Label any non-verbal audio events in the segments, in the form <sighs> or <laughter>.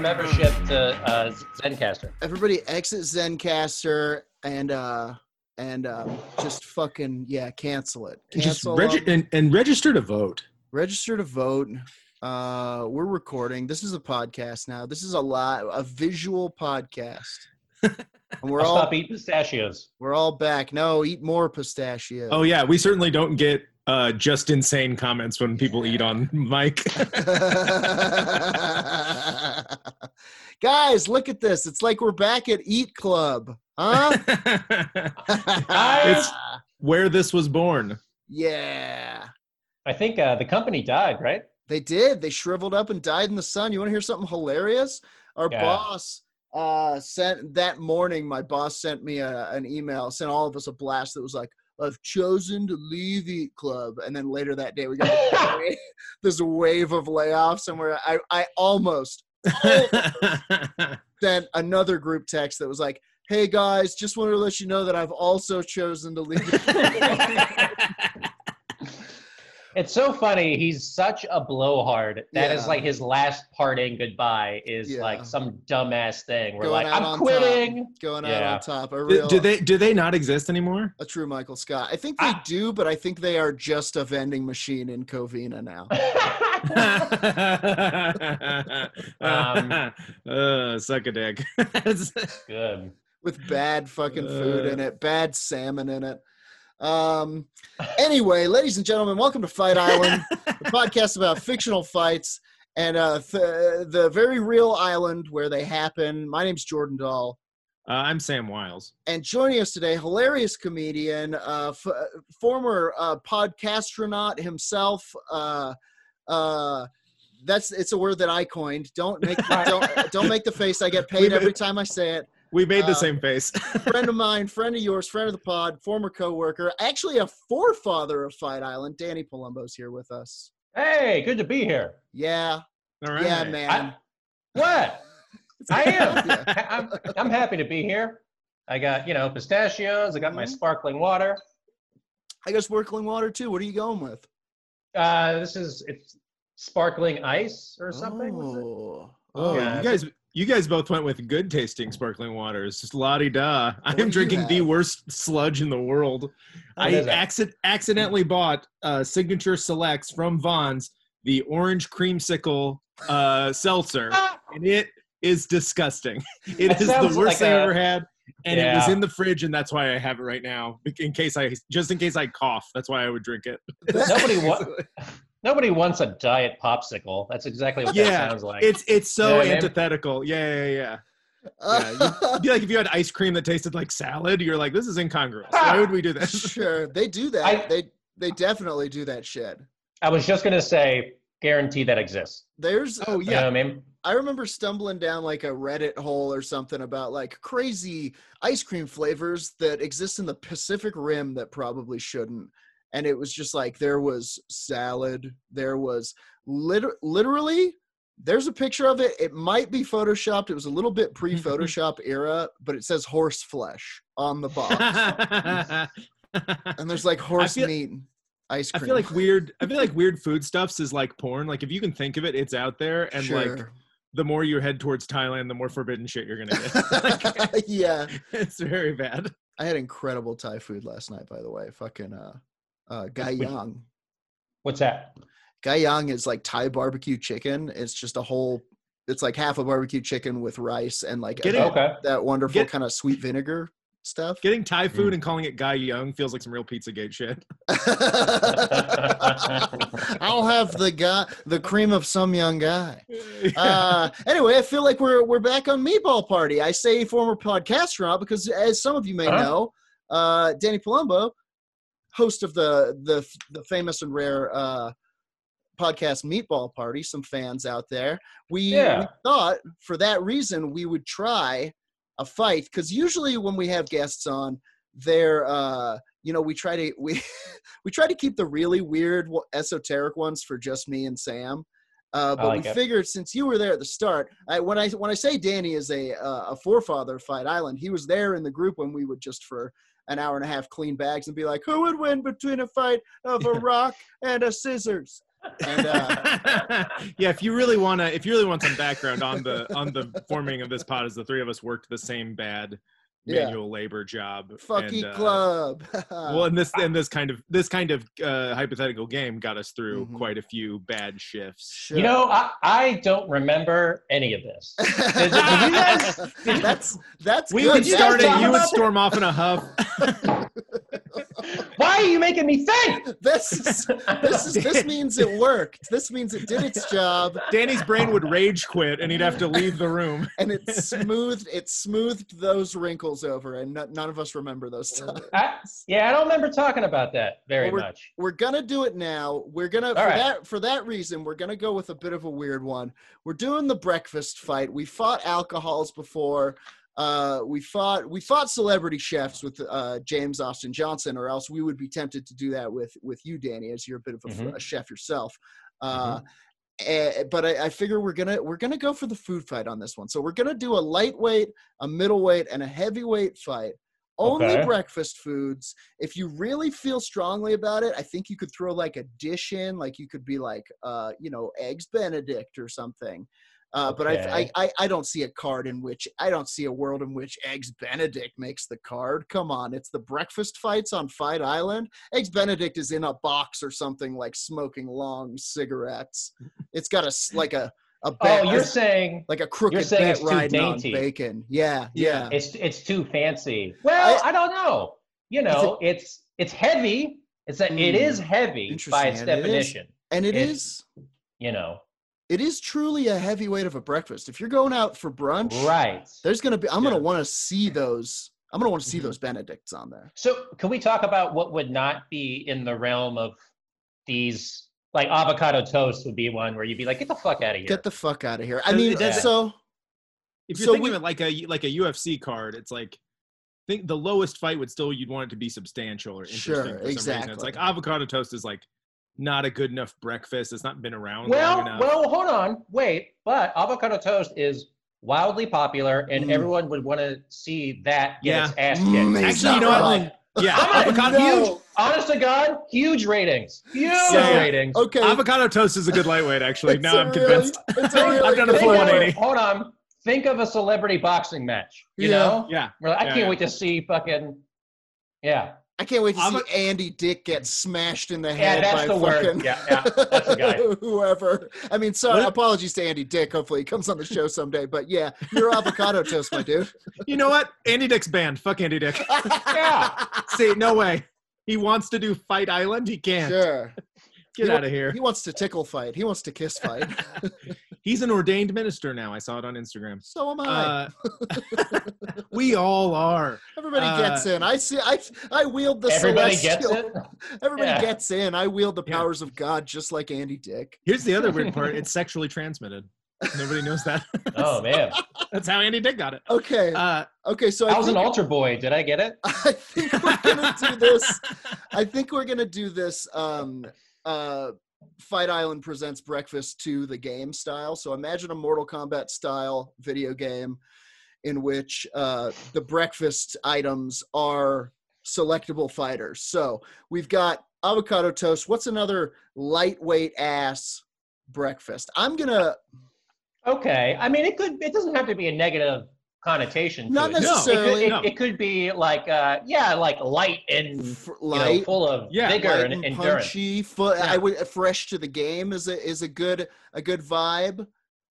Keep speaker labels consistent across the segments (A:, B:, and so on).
A: membership to uh, Zencaster.
B: Everybody exit Zencaster and uh and um, just fucking yeah, cancel it. Cancel um,
C: just regi- and, and register to vote.
B: Register to vote. Uh, we're recording. This is a podcast now. This is a lot a visual podcast.
C: <laughs>
A: And we're I'll all stop eat pistachios.
B: We're all back. No, eat more pistachios.
C: Oh yeah, we certainly don't get uh, just insane comments when people eat on Mike.
B: <laughs> Guys, look at this. It's like we're back at Eat Club,
C: <laughs>
B: huh?
A: Ah!
C: it's <laughs> where this was <laughs> born.
B: <laughs> Yeah.
A: I think uh, the company died, right?
B: They did. They shriveled up and died in the sun. You want to hear something hilarious? Our yeah. boss uh, sent that morning, my boss sent me a, an email, sent all of us a blast that was like, I've chosen to leave Eat Club. And then later that day, we got this wave of layoffs, and where I, I almost, almost sent another group text that was like, Hey guys, just wanted to let you know that I've also chosen to leave.
C: <laughs>
A: it's so funny. He's such a blowhard. That yeah. is like his last parting goodbye is yeah. like some dumbass thing. We're Going like, I'm quitting.
B: Top. Going out
A: yeah.
B: on top. A
C: real, do, do, they do they not exist <laughs> anymore?
B: A true Michael Scott. I think they ah. do, but I think they are just a vending machine in Covina now.
A: <laughs>
C: um, <laughs> uh, suck a dick. <laughs> Uh,
A: good.
B: With bad fucking food uh. in it, bad salmon in it. Um, anyway, ladies and gentlemen, welcome to Fight Island, the podcast about fictional fights and uh, th- the very real island where they happen. My name's Jordan Dahl.
C: Uh, I'm Sam Wiles.
B: And joining us today, hilarious comedian, uh, f- former uh, podcastronaut himself. Uh, uh, that's it's a word that I coined.
A: <laughs>
B: Don't make don't, don't make the face I get paid every time I say it.
C: We made the uh, same face. <laughs>
B: friend of mine, friend of yours, friend of the pod, former coworker, actually a forefather of Fight Island. Danny Palumbo's here with us.
A: Hey, good to be here.
B: Yeah. All right. Yeah, man. I,
A: what? I
B: <laughs>
A: am. <laughs> yeah. I'm, I'm happy to be here. I got, you know, pistachios. I got mm-hmm. my sparkling water.
B: I got sparkling water too. What are you going with?
A: Uh, this is it's sparkling ice or something.
C: Oh,
B: <laughs>
C: oh yeah. you guys you guys both went with good tasting sparkling waters. Just la di da. I am drinking have? the worst sludge in the world. What I acc- accidentally bought uh, Signature Selects from Vaughn's, the orange creamsicle uh, <laughs> seltzer, and it is disgusting. It that is the worst like thing a, I've ever had. And yeah. it was in the fridge, and that's why I have it right now. In case I, just in case I cough, that's why I would drink it.
A: Nobody
B: <laughs>
A: wants.
C: <laughs>
A: Nobody wants a diet popsicle. That's exactly what
C: yeah,
A: that sounds like.
C: It's it's so you know antithetical. I mean? Yeah, yeah, yeah. yeah you, you, like if you had ice cream that tasted like salad, you're like, this is incongruous. Why would we do this?
B: <laughs>
C: <laughs>
B: sure, they do that. I, they they definitely do that shit.
A: I was just gonna say, guarantee that exists.
B: There's uh,
C: oh yeah,
A: you know I mean.
B: I remember stumbling down like a Reddit hole or something about like crazy ice cream flavors that exist in the Pacific Rim that probably shouldn't and it was just like there was salad there was lit- literally there's a picture of it it might be photoshopped it was a little
C: <laughs>
B: bit pre-photoshop era but it says horse flesh on the
C: <laughs>
B: box and there's like horse feel, meat ice cream
C: i feel like weird i feel like weird foodstuffs is like porn like if you can think of it it's out there and sure. like the more you head towards thailand the more forbidden shit you're gonna
B: <laughs>
C: <laughs>
B: get like, yeah
C: it's very bad
B: i had incredible thai food last night by the way fucking uh <laughs> uh, Gai Yang.
A: What's that?
B: Gai Yang is like Thai barbecue chicken. It's just a whole. It's like half a barbecue chicken with rice and like
C: getting,
B: a, okay. that wonderful Get, kind of sweet vinegar stuff.
C: Getting Thai food mm. and calling it Gai Young feels like some real Pizzagate shit.
B: <laughs> I'll have the guy, the cream of some young guy. <laughs> Uh, anyway, I feel like we're we're back on Meatball Party. I say former podcaster because, as some of you may uh-huh. know, uh, Danny Palumbo host of the the the famous and rare uh, podcast Meatball Party, some fans out there, we, yeah. we thought for that reason we would try a fight because usually when we have guests on, they're uh, you know we try to we <laughs> we try to keep the really weird esoteric ones for just me and Sam. Uh, but like we it. figured since you were there at the start, I, when I when I say Danny is a uh, a forefather of Fight Island, he was there in the group when we would just for an hour and a half clean bags and be like, who would win between a fight of a rock and a scissors? And,
C: uh, <laughs> yeah, if you really want to, if you really want some background on the on the forming of this pod, is the three of us worked the same bad manual yeah. labor job.
B: Fucky and, uh, club. <laughs>
C: well, and this and this kind of this kind of uh, hypothetical game got us through mm-hmm. quite a few bad shifts.
A: Sure. You
B: <laughs>
A: know, I, I don't remember any of this.
C: <laughs>
A: Did, did
B: guys, that's that's
C: we
B: good.
C: would start it. You would storm off in a huff.
A: Why are you making me think?
B: <laughs> This is, this is, this means it worked. This means it did its job.
C: Danny's brain would rage quit, and he'd have to leave the room.
B: And it smoothed it smoothed those wrinkles over, and n- none of us remember those times.
A: I, yeah, I don't remember talking about that very well,
B: we're,
A: much.
B: We're gonna do it now. We're gonna All for right. that for that reason. We're gonna go with a bit of a weird one. We're doing the breakfast fight. We fought alcohols before. Uh, we fought we fought celebrity chefs with uh, James Austin Johnson, or else we would be tempted to do that with with you, Danny, as you're a bit of a, mm-hmm. a chef yourself. Uh, mm-hmm. and, but I, I, figure we're gonna we're gonna go for the food fight on this one. So we're gonna do a lightweight, a middleweight, and a heavyweight fight. Only okay. breakfast foods. If you really feel strongly about it, I think you could throw like a dish in, like you could be like, uh, you know, eggs Benedict or something. Uh, but okay. I, I, I don't see a card in which I don't see a world in which Eggs Benedict makes the card. Come on, it's the breakfast fights on Fight Island. Eggs Benedict is in a box or something like smoking long cigarettes. It's got a like a a
A: bat, oh you're saying
B: like a crooked you're saying bat riding on bacon. Yeah, yeah,
A: It's it's too fancy. Well, I, I don't know. You know, it's it's, it's heavy. It's that mm, it is heavy by its and definition,
B: Hmm. it and it it's, is,
A: You know,
B: it is truly a heavyweight of a breakfast. If you're going out for brunch,
A: right?
B: There's gonna be. I'm yeah. Mm-hmm. gonna want to see those. I'm gonna want to see those Benedicts on there.
A: So, can we talk about what would not be in the realm of these? Like avocado toast would be one where you'd be like, "Get the fuck out of here."
B: Get the fuck out of here. I mean, yeah. so
C: if you're so thinking we, of it like a like a UFC card, it's like think the lowest fight would still you'd want it to be substantial or interesting. Sure, exactly. Reason. It's like avocado toast is like not a good enough breakfast. It's not been around.
A: Well,
C: long enough.
A: well, hold on, wait. But avocado toast is wildly popular,
B: Hmm.
A: and mm. everyone would want to see that get yeah. its ass kicked. Mm,
C: Actually, you know right. what? <laughs> Yeah,
A: avocado huge. Honest to God, huge ratings. Huge yeah. ratings.
C: Okay, <laughs> avocado toast is a good lightweight. Actually, now I'm really, convinced. Really I've done a full 180.
A: Hold on. Think of a celebrity boxing match. You yeah.
C: <laughs>
A: know?
C: Yeah.
A: Like, I
C: yeah,
A: can't wait to see fucking. Yeah.
B: I can't wait to I'm see a, Andy Dick get smashed in the head
A: yeah,
B: by
A: the
B: fucking
A: yeah, yeah,
B: whoever. I mean, sorry, what? apologies to Andy Dick. Hopefully, he comes on the show someday. But yeah, you're avocado toast, my dude.
C: You know what? Andy Dick's banned. Fuck Andy
A: <laughs>
C: Dick. <laughs>
A: yeah.
C: See, no way. He wants to do Fight Island. He can't.
B: <laughs> Sure.
C: Get
B: he
C: out of here.
B: He wants to tickle fight. He wants to kiss fight. <laughs>
C: He's an ordained minister now. I saw it on Instagram.
B: So am I.
C: Uh, <laughs> we all are.
B: Everybody uh, gets in. I see. I I wield <laughs> the
A: everybody
B: celestial.
A: Gets
B: in? Everybody yeah. gets in. I wield the powers yeah. of God, just like Andy Dick.
C: Here's the other
A: <laughs>
C: weird part. It's sexually transmitted. Nobody knows that. <laughs>
A: oh man,
C: that's how Andy Dick got it.
B: Okay. Uh, okay. So
A: I, I was an altar boy. Did I get it?
B: <laughs> I think we're gonna do this. I think we're gonna do this. Um, uh, Fight Island presents breakfast to the game style. So imagine a Mortal Kombat style video game in which uh, the breakfast items are selectable fighters. So we've got avocado toast. What's another lightweight ass breakfast? I'm gonna.
A: Okay, I mean it could. It doesn't have to be a negative connotation.
B: Not
A: it. It could,
B: necessarily.
A: it, no. it could, be like, uh, yeah, like light and light, you know, full of yeah, vigor and, and,
B: and
A: endurance.
B: Punchy, full, yeah. I would fresh to the game is a is a good a good vibe.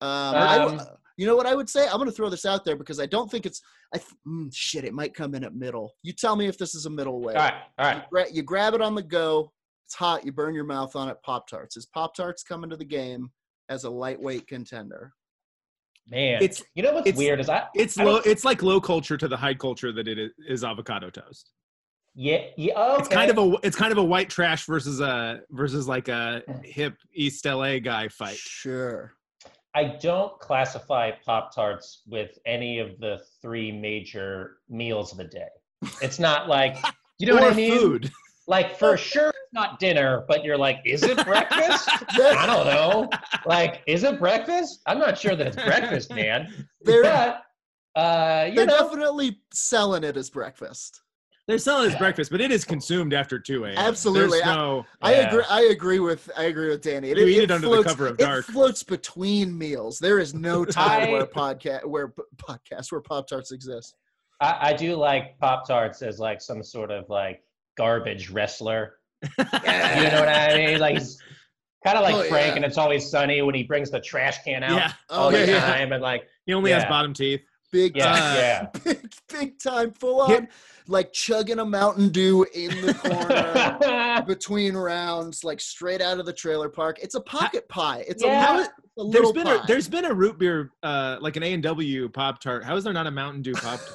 B: Um, um, I, you know what I would say? I'm going to throw this out there because I don't think it's. I mm, shit, it might come in at middle. You tell me if this is a middle way.
A: All right, all right.
B: You, gra- you grab it on the go. It's hot. You burn your mouth on it. Pop tarts. Is pop tarts coming to the game as a lightweight contender?
A: man it's you know what's weird is i
C: it's
A: I
C: low it's like low culture to the high culture that it is, is avocado toast
A: Yeah, yeah. oh, Okay.
C: It's kind of a it's kind of a white trash versus a versus like a hip East LA guy fight.
B: Sure. <laughs>
A: I don't classify Pop Tarts with any of the three major meals of the day. It's not
C: <laughs>
A: like you know
C: or
A: what I mean.
C: food.
A: Like for sure, it's not dinner, but you're like, is it
C: <laughs>
A: breakfast? I don't know. Like, is it breakfast? I'm not sure that it's breakfast,
C: <laughs>
A: man.
B: They're,
A: But uh, you
B: they're
A: know,
B: definitely selling it as breakfast.
C: They're selling as
A: Yeah.
C: breakfast, but it is consumed after two a.m.
B: Absolutely.
C: There's no,
B: I
A: Yeah.
B: agree. I agree with. I agree with Danny.
C: You eat it under the
B: floats-
C: cover of dark.
B: It floats between meals. There is no time
A: I-
B: where podcast where p- podcasts where Pop Tarts exist.
A: I, I do like Pop Tarts as like some sort of like garbage wrestler. <laughs> You know what I mean? Like he's kind of like
B: Oh,
A: Frank,
B: yeah.
A: and it's always sunny when he brings the trash can out
C: yeah, Oh,
A: all
C: yeah,
A: the
C: yeah.
A: time, and
C: <laughs>
A: like
C: he only has
A: Yeah.
C: bottom teeth.
B: Big
A: Oh, yeah,
C: Uh,
A: yeah.
B: <laughs> big, big time, full on,
C: Yep.
B: like chugging a Mountain Dew in
A: <laughs>
B: the corner
C: uh,
B: between rounds, like straight out of the trailer park. It's a pocket pie. It's
A: Yeah.
B: a,
C: How
B: little-
C: is,
B: a
C: there's
B: little
C: been
B: pie.
C: a there's been a root beer uh, like an A and W pop tart. How is there not a Mountain Dew pop?
A: <laughs>
C: Tart?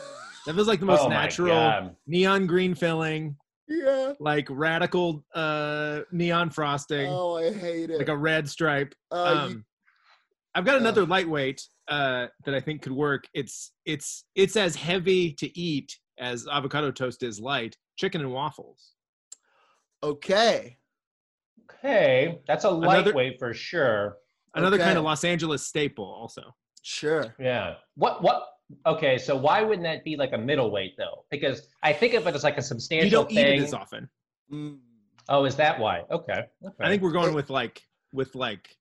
C: that was like the most
A: Oh my
C: natural
A: God.
C: neon green filling,
B: yeah.
C: like radical uh, neon frosting,
B: Oh, I hate it.
C: like a red stripe.
B: Uh, you-
C: Um, I've got
B: Ugh.
C: another lightweight uh, that I think could work. It's it's it's as heavy to eat as avocado toast is light. Chicken and waffles.
B: okay.
A: Okay, that's a
C: Another-
A: lightweight for sure.
C: Another
B: Okay.
C: kind of Los Angeles staple, also.
B: Sure.
A: Yeah. What? What? Okay, so why wouldn't that be like a middleweight though? Because I think of it as like a substantial
C: You don't eat
A: thing.
C: it as often.
B: Mm.
A: Oh, is that why? Okay. okay.
C: I think we're going
B: It-
C: with like with like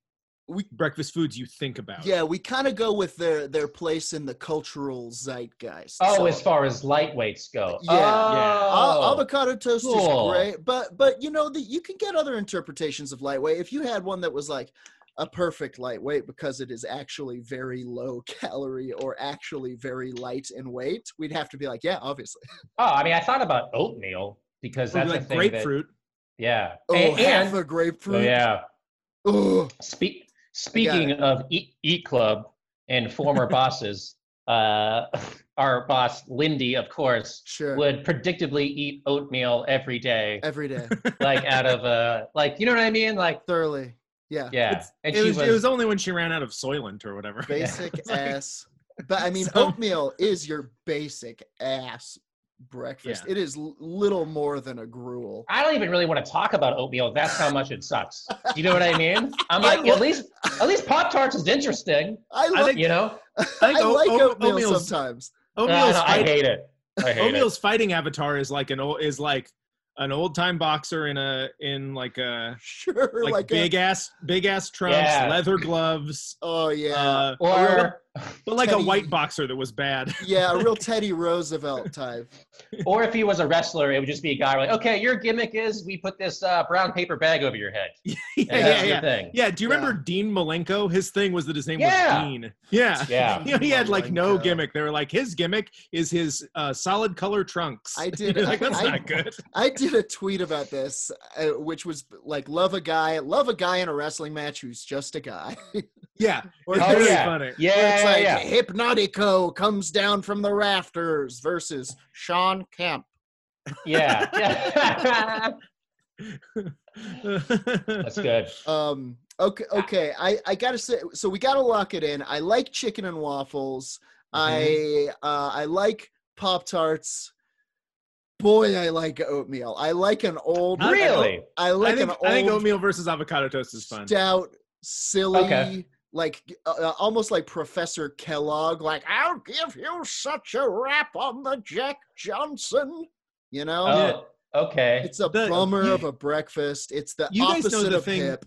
B: We-
C: breakfast foods you think about.
B: Yeah, we kind of go with their their place in the cultural zeitgeist.
A: Oh,
B: So,
A: as far as lightweights go.
B: Yeah.
C: Yeah.
A: Oh.
B: a- avocado toast
A: cool.
B: is great, but but you know that you can get other interpretations of lightweight. If you had one that was like a perfect lightweight because it is actually very low <laughs> calorie or actually very light in weight, we'd have to be like, yeah, obviously.
A: Oh, I mean, I thought about oatmeal because
C: Or
A: that's a
C: like
A: thing
C: grapefruit.
A: That, yeah.
B: Oh,
A: and,
B: half
A: and
B: a grapefruit.
A: oh, yeah.
B: Ugh.
A: Spe- speaking of Eat Eat Club and
C: <laughs>
A: former bosses, uh, <laughs> our boss Lindy, of course,
B: sure.
A: would predictably eat oatmeal every
C: <laughs>
A: day,
B: Every
A: <laughs>
B: day,
A: like out of a like, you know what I mean? Like,
B: thoroughly. Yeah.
A: yeah.
C: It's-
A: and
C: it
A: she
C: was,
A: was,
C: it was only when she ran out of Soylent or whatever.
B: Basic
C: It's like-
B: ass. But I mean,
C: <laughs> So-
B: oatmeal is your basic ass breakfast.
C: Yeah.
B: It is l- little more than a gruel.
A: I don't even really want to talk about oatmeal. That's how much it sucks. You know what I
C: <laughs>
A: mean? I'm like, at least, at least Pop Tarts is interesting.
B: I
C: I
B: like
C: think-
A: You know?
B: I,
C: think o-
B: like
C: o-
B: oatmeal
C: oatmeal's-
B: sometimes. <laughs>
C: Oatmeal's,
A: Uh, I, I
C: fight-
A: hate it. I hate
C: Oatmeal's fighting avatar is like an old is like an old time boxer in a in like a
B: Sure,
C: like,
B: like, a-
C: big ass big ass trunks,
A: Yeah.
C: leather gloves.
B: oh yeah,
C: Uh,
A: it. Or,
C: but like a
B: Teddy-
C: white boxer that was bad. <laughs>
B: yeah, a real Teddy Roosevelt type.
A: or if he was a wrestler, it would just be a guy like, okay, your gimmick is we put this uh, brown paper bag over your head.
C: yeah,
A: And
C: yeah,
A: that's
C: yeah.
A: your thing.
C: Yeah, do you
B: Yeah.
C: remember Dean Malenko? His thing was that his name
A: Yeah.
C: was Dean. Yeah.
A: Yeah.
C: <laughs> You know, he had like no
B: Malenko.
C: gimmick. They were like, his gimmick is his uh, solid color trunks. <laughs>
B: I did-
C: You're like that's
B: I- <laughs>
C: not good.
B: I did a tweet about this, uh, which was like, love a guy, love a guy in a wrestling match who's just a guy. <laughs>
C: Yeah,
B: Or
C: it's
A: Oh,
C: really
A: yeah.
C: funny. <laughs>
A: Yeah,
B: where it's
A: yeah,
B: like
A: yeah.
B: Hypnotico comes down from the rafters versus Sean Kemp.
A: Yeah.
C: <laughs>
A: yeah. That's good.
B: Um, okay, okay. I I gotta say, so we gotta lock it in. I like chicken and waffles.
C: Mm-hmm.
B: I uh, I like Pop Tarts. Boy, I like oatmeal. I like an old.
C: I-
A: Really?
B: I like
C: I, think,
B: an old
C: I think oatmeal versus avocado toast is fun.
B: stout, silly,
A: Okay.
B: like uh, uh, almost like Professor Kellogg. Like I'll give you such a rap on the Jack Johnson. You know,
A: Oh, okay.
B: it's a
C: The-
B: bummer of a breakfast. It's the
C: You guys know
B: opposite
C: the
B: of
C: thing-
B: hip.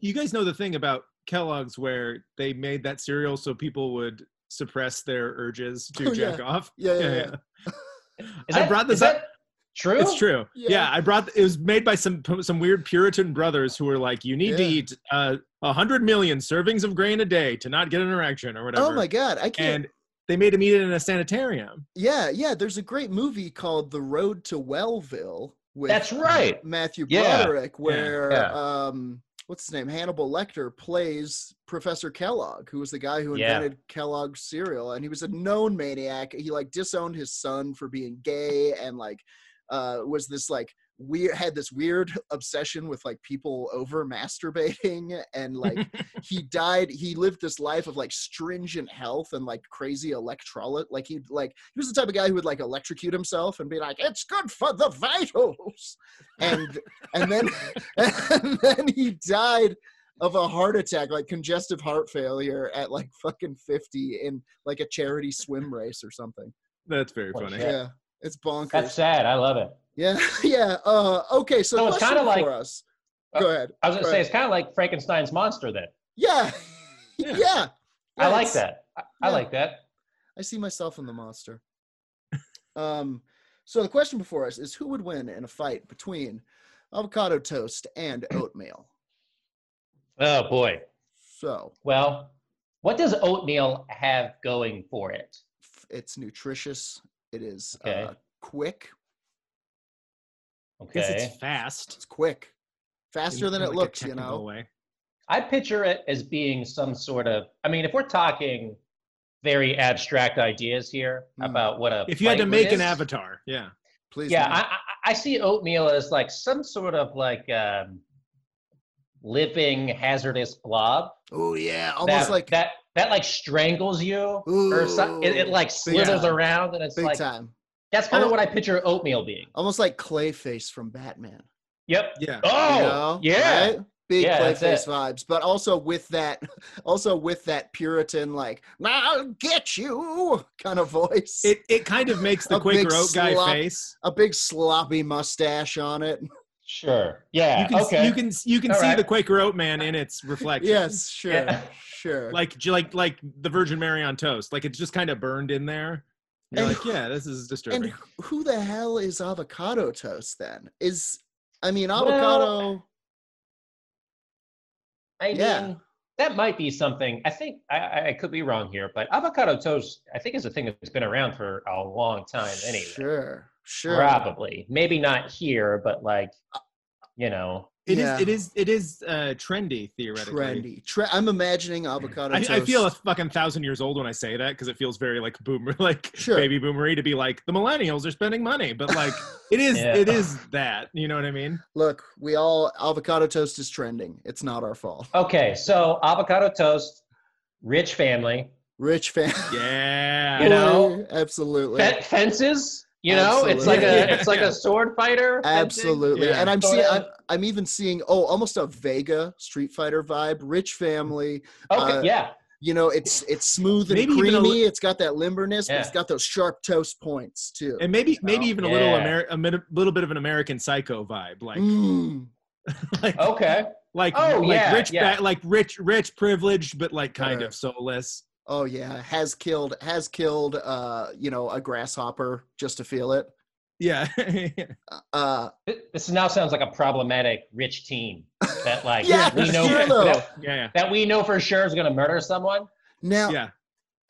C: You guys know the thing about Kellogg's where they made that cereal so people would suppress their urges to
B: Oh, yeah.
C: jack off.
B: Yeah, yeah,
C: yeah.
A: <laughs> Is
C: I
A: that-
C: brought
A: is
C: this up.
A: that True?
C: It's true.
B: Yeah.
C: Yeah. I brought. It was made by some some weird Puritan brothers who were like, "You need to
B: Yeah.
C: eat uh, a hundred million servings of grain a day to not get an erection or whatever."
B: Oh my god, I can't.
C: And they made him eat it in a sanitarium.
B: Yeah, yeah. There's a great movie called The Road to Wellville with
A: That's right.
B: Matthew
A: Yeah.
B: Broderick, where
A: yeah.
B: um, what's his name? Hannibal Lecter plays Professor Kellogg, who was the guy who
A: Yeah.
B: invented Kellogg's cereal, and he was a known maniac. He like disowned his son for being gay and like uh, was this like we had this weird <laughs> obsession with like people over masturbating <laughs> and like he died he lived this life of like stringent health and like crazy electrolyte like he like he was the type of guy who would like electrocute himself and be like it's good for the vitals and and then <laughs> and then he died of a heart attack, like congestive heart failure at like fucking 50 in like a charity swim race or something.
C: That's very funny.
B: Yeah. It's bonkers.
A: That's sad. I love it.
B: Yeah. <laughs> Yeah. Uh, okay. So,
A: so it's kind of like, Uh,
B: us. Go ahead.
A: I was going
B: to
A: say, ahead. it's kind of like Frankenstein's monster then.
B: Yeah. <laughs> yeah. yeah.
A: I like that. I, yeah. I like that.
B: I see myself in the monster. <laughs> um, so the question before us is who would win in a fight between avocado toast and oatmeal?
A: Oh boy.
B: So.
A: Well, what does oatmeal have going for it?
B: It's nutritious. It is okay. uh, quick.
A: Okay.
C: It's fast.
B: It's quick. Faster it's than it like looks, you know. Way.
A: I picture it as being some sort of. I mean, if we're talking very abstract ideas here mm. about what a.
C: Hmm. If you had to make an avatar, yeah.
B: Please.
A: Yeah, I, I, I see oatmeal as like some sort of like. Um, living hazardous blob.
B: Oh yeah, almost
A: that,
B: like
A: that. That like strangles you,
B: Ooh,
A: or so, it, it, like slithers time. around, and it's
B: big
A: like
B: time.
A: That's kind
C: Oh.
A: almost, of what I picture oatmeal being.
B: Almost like Clayface from Batman.
A: Yep.
C: Yeah.
A: Oh you know, yeah. Right?
B: Big
A: yeah,
B: Clayface vibes, but also with that, <laughs> also with that Puritan like "I'll get you" kind of voice.
C: It it kind of makes the Quaker oat guy slop, face
B: a big sloppy mustache on it.
A: Sure. Yeah.
C: You can,
A: okay.
C: You can you can All see right. the Quaker Oat Man in its reflection.
B: yes.
A: <laughs>
B: Sure. Yeah. Sure.
C: Like like like the Virgin Mary on toast. Like it's just kind of burned in there. You're and, like, yeah, this is disturbing.
B: And who the hell is avocado toast then? Is I mean avocado. Well,
A: I yeah. mean, that might be something. I think I, I could be wrong here, but avocado toast, I think, is a thing that's been around for a long time anyway.
B: Sure. Sure. Uh,
A: Probably. Maybe not here, but like, you know.
C: it yeah. is. It is. It is uh, trendy theoretically.
B: Trendy. Tre- I'm imagining avocado.
C: I,
B: toast.
C: I feel a fucking thousand years old when I say that because it feels very like boomer, <laughs> like sure. baby boomery to be like the millennials are spending money, but like it is. yeah. It is that. You know what I mean?
B: <laughs> Look, we all avocado toast is trending. It's not our fault.
A: Okay, so avocado toast, rich family.
B: Rich family. <laughs>
C: Yeah.
A: you know,
B: absolutely.
A: F- fences. You know, Absolutely. it's like a it's
B: <laughs>
A: like a sword fighter.
B: Absolutely, yeah. and I'm seeing I'm, I'm, even seeing oh almost a Vega Street Fighter vibe, rich family.
A: Okay, uh, yeah.
B: You know, it's it's smooth and maybe creamy. A, it's got that limberness, yeah. but it's got those sharp toast points too.
C: And maybe maybe even yeah. a little Amer- a mid- little bit of an American Psycho vibe, like,
B: mm.
C: <laughs>
A: like okay,
C: like oh, like yeah, rich ba- like rich rich privileged, but like kind sure. of soulless.
B: Oh yeah, has killed has killed uh you know a grasshopper just to feel it.
C: Yeah. <laughs>
B: uh
A: this now sounds like a problematic rich teen that
B: <laughs>
A: like yeah, we know
B: sure
A: that,
C: yeah, yeah.
A: that we know for sure is going to murder someone.
B: Now
C: yeah.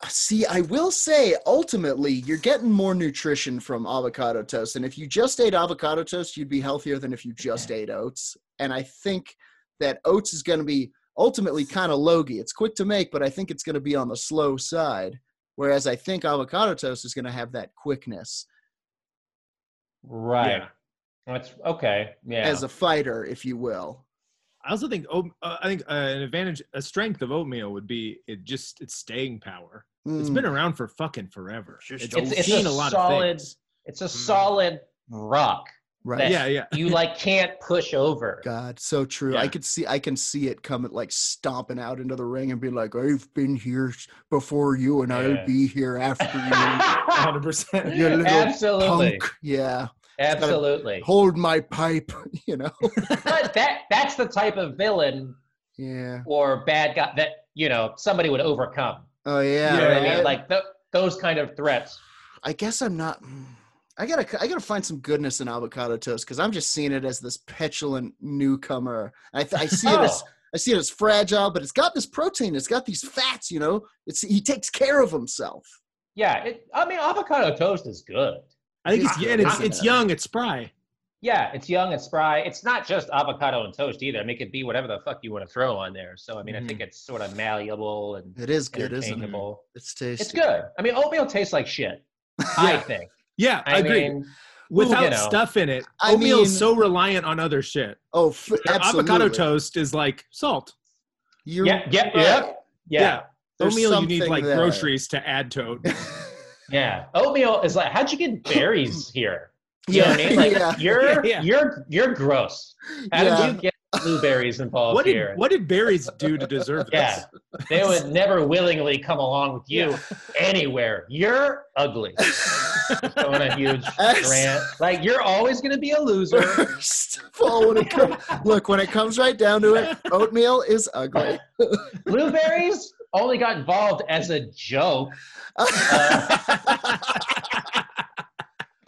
B: See, I will say ultimately you're getting more nutrition from avocado toast and if you just ate avocado toast you'd be healthier than if you just ate oats and I think that oats is going to be ultimately kind of logy. It's quick to make, but I think it's going to be on the slow side. Whereas I think avocado toast is going to have that quickness.
A: Right. Yeah. That's okay. Yeah.
B: As a fighter, if you will.
C: I also think oh, uh, I think uh, an advantage, a strength of oatmeal would be it just its staying power. Mm. It's been around for fucking forever.
A: It's, it's, it's, it's a, a solid. It's a
B: Mm-hmm.
A: solid rock
C: right yeah yeah
A: you like can't push over
B: god so true yeah. i could see i can see it coming like stomping out into the ring and be like i've been here before you and yeah. i'll be here after
A: <laughs>
B: you <laughs>
C: 100%
B: you little
A: absolutely
B: punk. yeah
A: absolutely
B: hold my pipe <laughs> you know
A: but that that's the type of villain
B: yeah
A: or bad guy that you know somebody would overcome
B: oh yeah,
A: you know right? i mean like th- those kind of threats
B: i guess i'm not hmm, I gotta I gotta find some goodness in avocado toast because I'm just seeing it as this petulant newcomer. I, <laughs> I see it oh. as I see it as fragile, but it's got this protein. It's got these fats. You know, it's he takes care of himself.
A: Yeah, it, I mean avocado toast is good.
C: <laughs> I think it's, it's yeah, it's, it's young, it's spry.
A: Yeah, it's young, it's spry. It's not just avocado and toast either. I mean, it could be whatever the fuck you want to throw on there. So I mean, mm. I
B: Mm-hmm.
A: think it's sort of malleable and
B: it is good, isn't it? It's
A: <laughs>
B: tasty.
A: It's good. I mean, oatmeal tastes like shit. yeah. I think.
C: Yeah, I, I agree. Mean, without you know. stuff in it. I oatmeal mean, is so reliant on other shit.
B: Oh, f-
C: avocado toast is like salt.
A: You're yeah, yeah, right. yeah, yeah.
C: yeah. Oatmeal, you need like there. groceries to add to oatmeal.
A: yeah, oatmeal is like, how'd you <laughs> get berries here? You yeah. know what I mean? Like, yeah. <laughs> You're yeah. you're you're gross. How yeah.
B: <laughs>
A: did you get blueberries involved
C: what did, <laughs>
A: here?
C: What did berries do to deserve this?
A: Yeah, they would never willingly come along with <laughs> you anywhere. You're <laughs> ugly. Going a huge rant. Like you're always going to be a <laughs> loser.
B: Well, when comes, look, when it comes right down to it, oatmeal is ugly. <laughs>
A: blueberries only got involved as a joke. Uh,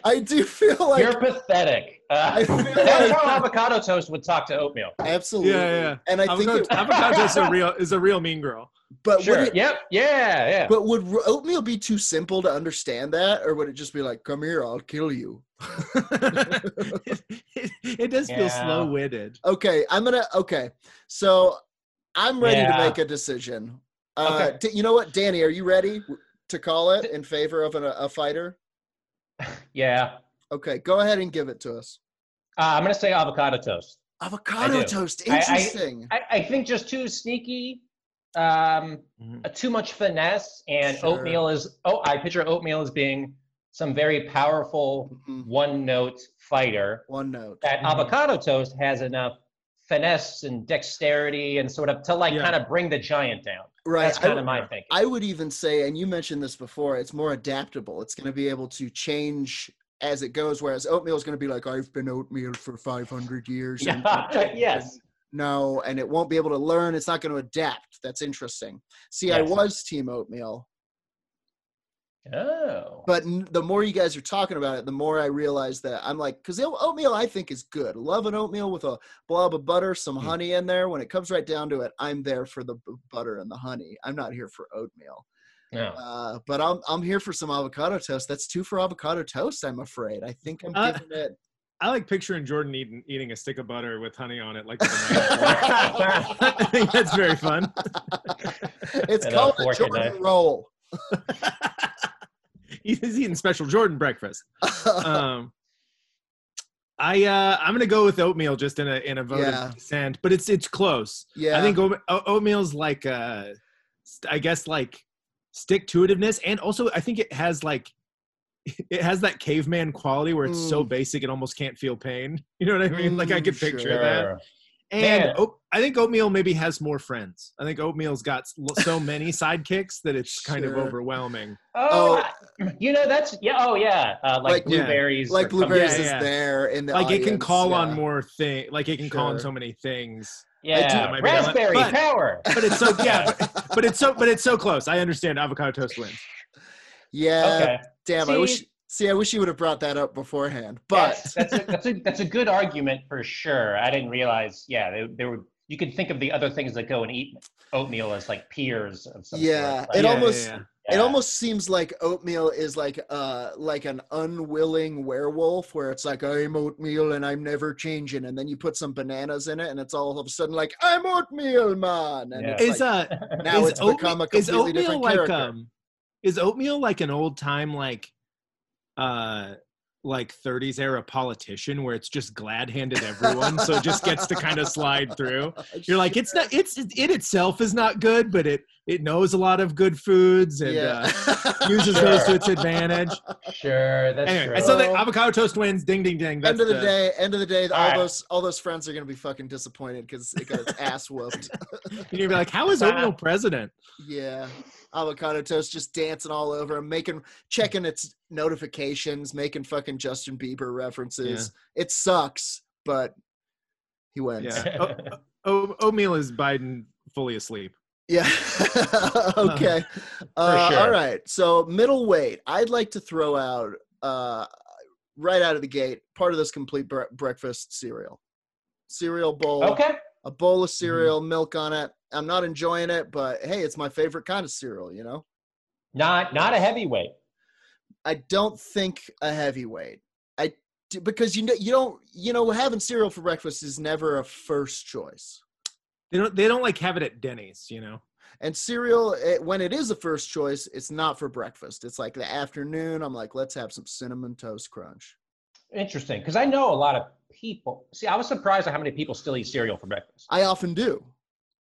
B: I do feel like
A: you're pathetic. Uh, like, that's how avocado toast would talk to oatmeal.
B: Absolutely.
C: Yeah, yeah.
B: And I
C: avocado,
B: think it,
C: avocado toast is <laughs> a real is a real mean girl. <laughs>
A: But sure. It, yep. Yeah. Yeah.
B: But would oatmeal be too simple to understand that, or would it just be like, "Come here, I'll kill you"?
C: it, it, it, does yeah. feel slow-witted.
B: Okay, I'm gonna. Okay, so I'm ready yeah. to make a decision. Uh, okay. D- you know what, Danny? Are you ready to call it in favor of an, a fighter?
A: Yeah.
B: Okay, go ahead and give it to us.
A: Uh, I'm going to say avocado toast.
B: Avocado toast, interesting.
A: I, I, I, think just too sneaky, um, mm-hmm. too much finesse, and sure. oatmeal is. Oh, I picture oatmeal as being some very powerful mm-hmm. one-note fighter.
B: One note.
A: That mm-hmm. avocado toast has enough finesse and dexterity and sort of to like yeah. kind of bring the giant down.
B: Right.
A: That's kind would, of my thinking.
B: I would even say, and you mentioned this before, it's more adaptable. It's going to be able to change as it goes, whereas oatmeal is going to be like, I've been oatmeal for 500
A: <laughs>
B: years.
A: And, yes.
B: No, and it won't be able to learn. It's not going to adapt. That's interesting. See, yes. I was team oatmeal.
A: Oh.
B: But the more you guys are talking about it, the more I realize that I'm like, because oatmeal I think is good. Love an oatmeal with a blob of butter, some mm. honey in there. When it comes right down to it, I'm there for the butter and the honey. I'm not here for oatmeal.
A: No.
B: Uh, but I'm I'm here for some avocado toast. That's two for avocado toast. I'm afraid. I think I'm giving uh, it. <laughs>
C: I like picturing Jordan eating, eating a stick of butter with honey on it, like. <laughs> I think that's very fun.
B: It's and called a Jordan roll. <laughs>
C: he's eating special Jordan breakfast. Um, I uh, I'm gonna go with oatmeal just in a in a vote yeah. of dissent, but it's it's close.
B: Yeah,
C: I think oatmeal's like uh, I guess like stick to itiveness, and also I think it has like <laughs> it has that caveman quality where it's mm. so basic it almost can't feel pain. <laughs> You know what I mean? Mm, like I can picture sure. that. And o- I think oatmeal maybe has more friends. I think oatmeal's got so <laughs> many sidekicks that it's kind sure. of overwhelming.
A: Oh, oh, <clears throat> you know that's yeah. Oh yeah, uh, like, like, blueberries.
B: Yeah. Like
C: "Oh,
B: blueberries yeah, yeah. is there in the
C: like
B: audience,
C: it can call on more thing. Like it can sure. call on so many <laughs> things.
A: Yeah, do, raspberry but, power.
C: But it's so yeah, but, but, it's so but it's so close. I understand avocado toast wins.
B: Yeah. Okay. Damn, See? I wish See, I wish you would have brought that up beforehand. But
A: yes, that's a, that's a that's a good argument for sure. I didn't realize. Yeah, they, they were. You could think of the other things that go and eat oatmeal as like peers of some.
B: Yeah,
A: sort. Like,
B: it yeah, almost. Yeah, yeah. It almost seems like oatmeal is like uh like an unwilling werewolf where it's like I'm oatmeal and I'm never changing and then you put some bananas in it and it's all of a sudden like I'm oatmeal man and it's
C: is
B: like,
C: uh,
B: now
C: is
B: it's oatmeal, become a completely different
C: like,
B: character.
C: Um, is oatmeal like an old time like uh like 30s era politician where it's just glad handed everyone so it just gets to kind of slide through um, you're sure. like it's not it's it itself is not good but it it knows a lot of good foods and yeah.
B: <laughs>
C: uh, uses sure. those
A: <laughs>
C: to its advantage
A: sure that's anyway, true
C: and so the avocado toast wins ding ding ding
B: that's end of the, the, day end of the day all, all right. those all those friends are gonna be fucking disappointed because it got its ass whooped
C: and you're like
B: <laughs>
C: how is oatmeal president
B: yeah avocado toast just dancing all over him, making checking its notifications, making fucking Justin Bieber references. Yeah. It sucks, but he wins.
A: <laughs>
C: Yeah.
B: Oh,
C: o- o- oatmeal is Biden fully asleep.
B: Yeah. <laughs> okay. Uh, sure. All right. So middleweight, I'd like to throw out uh, right out of the gate part of this complete bre- breakfast cereal, cereal bowl.
A: Okay.
B: A bowl of cereal, mm-hmm. milk on it, I'm not enjoying it, but hey, it's my favorite kind of cereal, you know.
A: Not not a heavyweight.
B: I don't think a heavyweight. I because you know you don't you know having cereal for breakfast is never a first choice.
C: They don't they don't like have it at Denny's, you know.
B: And cereal it, when it is a first choice, it's not for breakfast. It's like the afternoon. I'm like, let's have some cinnamon toast crunch.
A: Interesting, because I know a lot of people. See, I was surprised at how many people still eat cereal for breakfast.
B: I often do.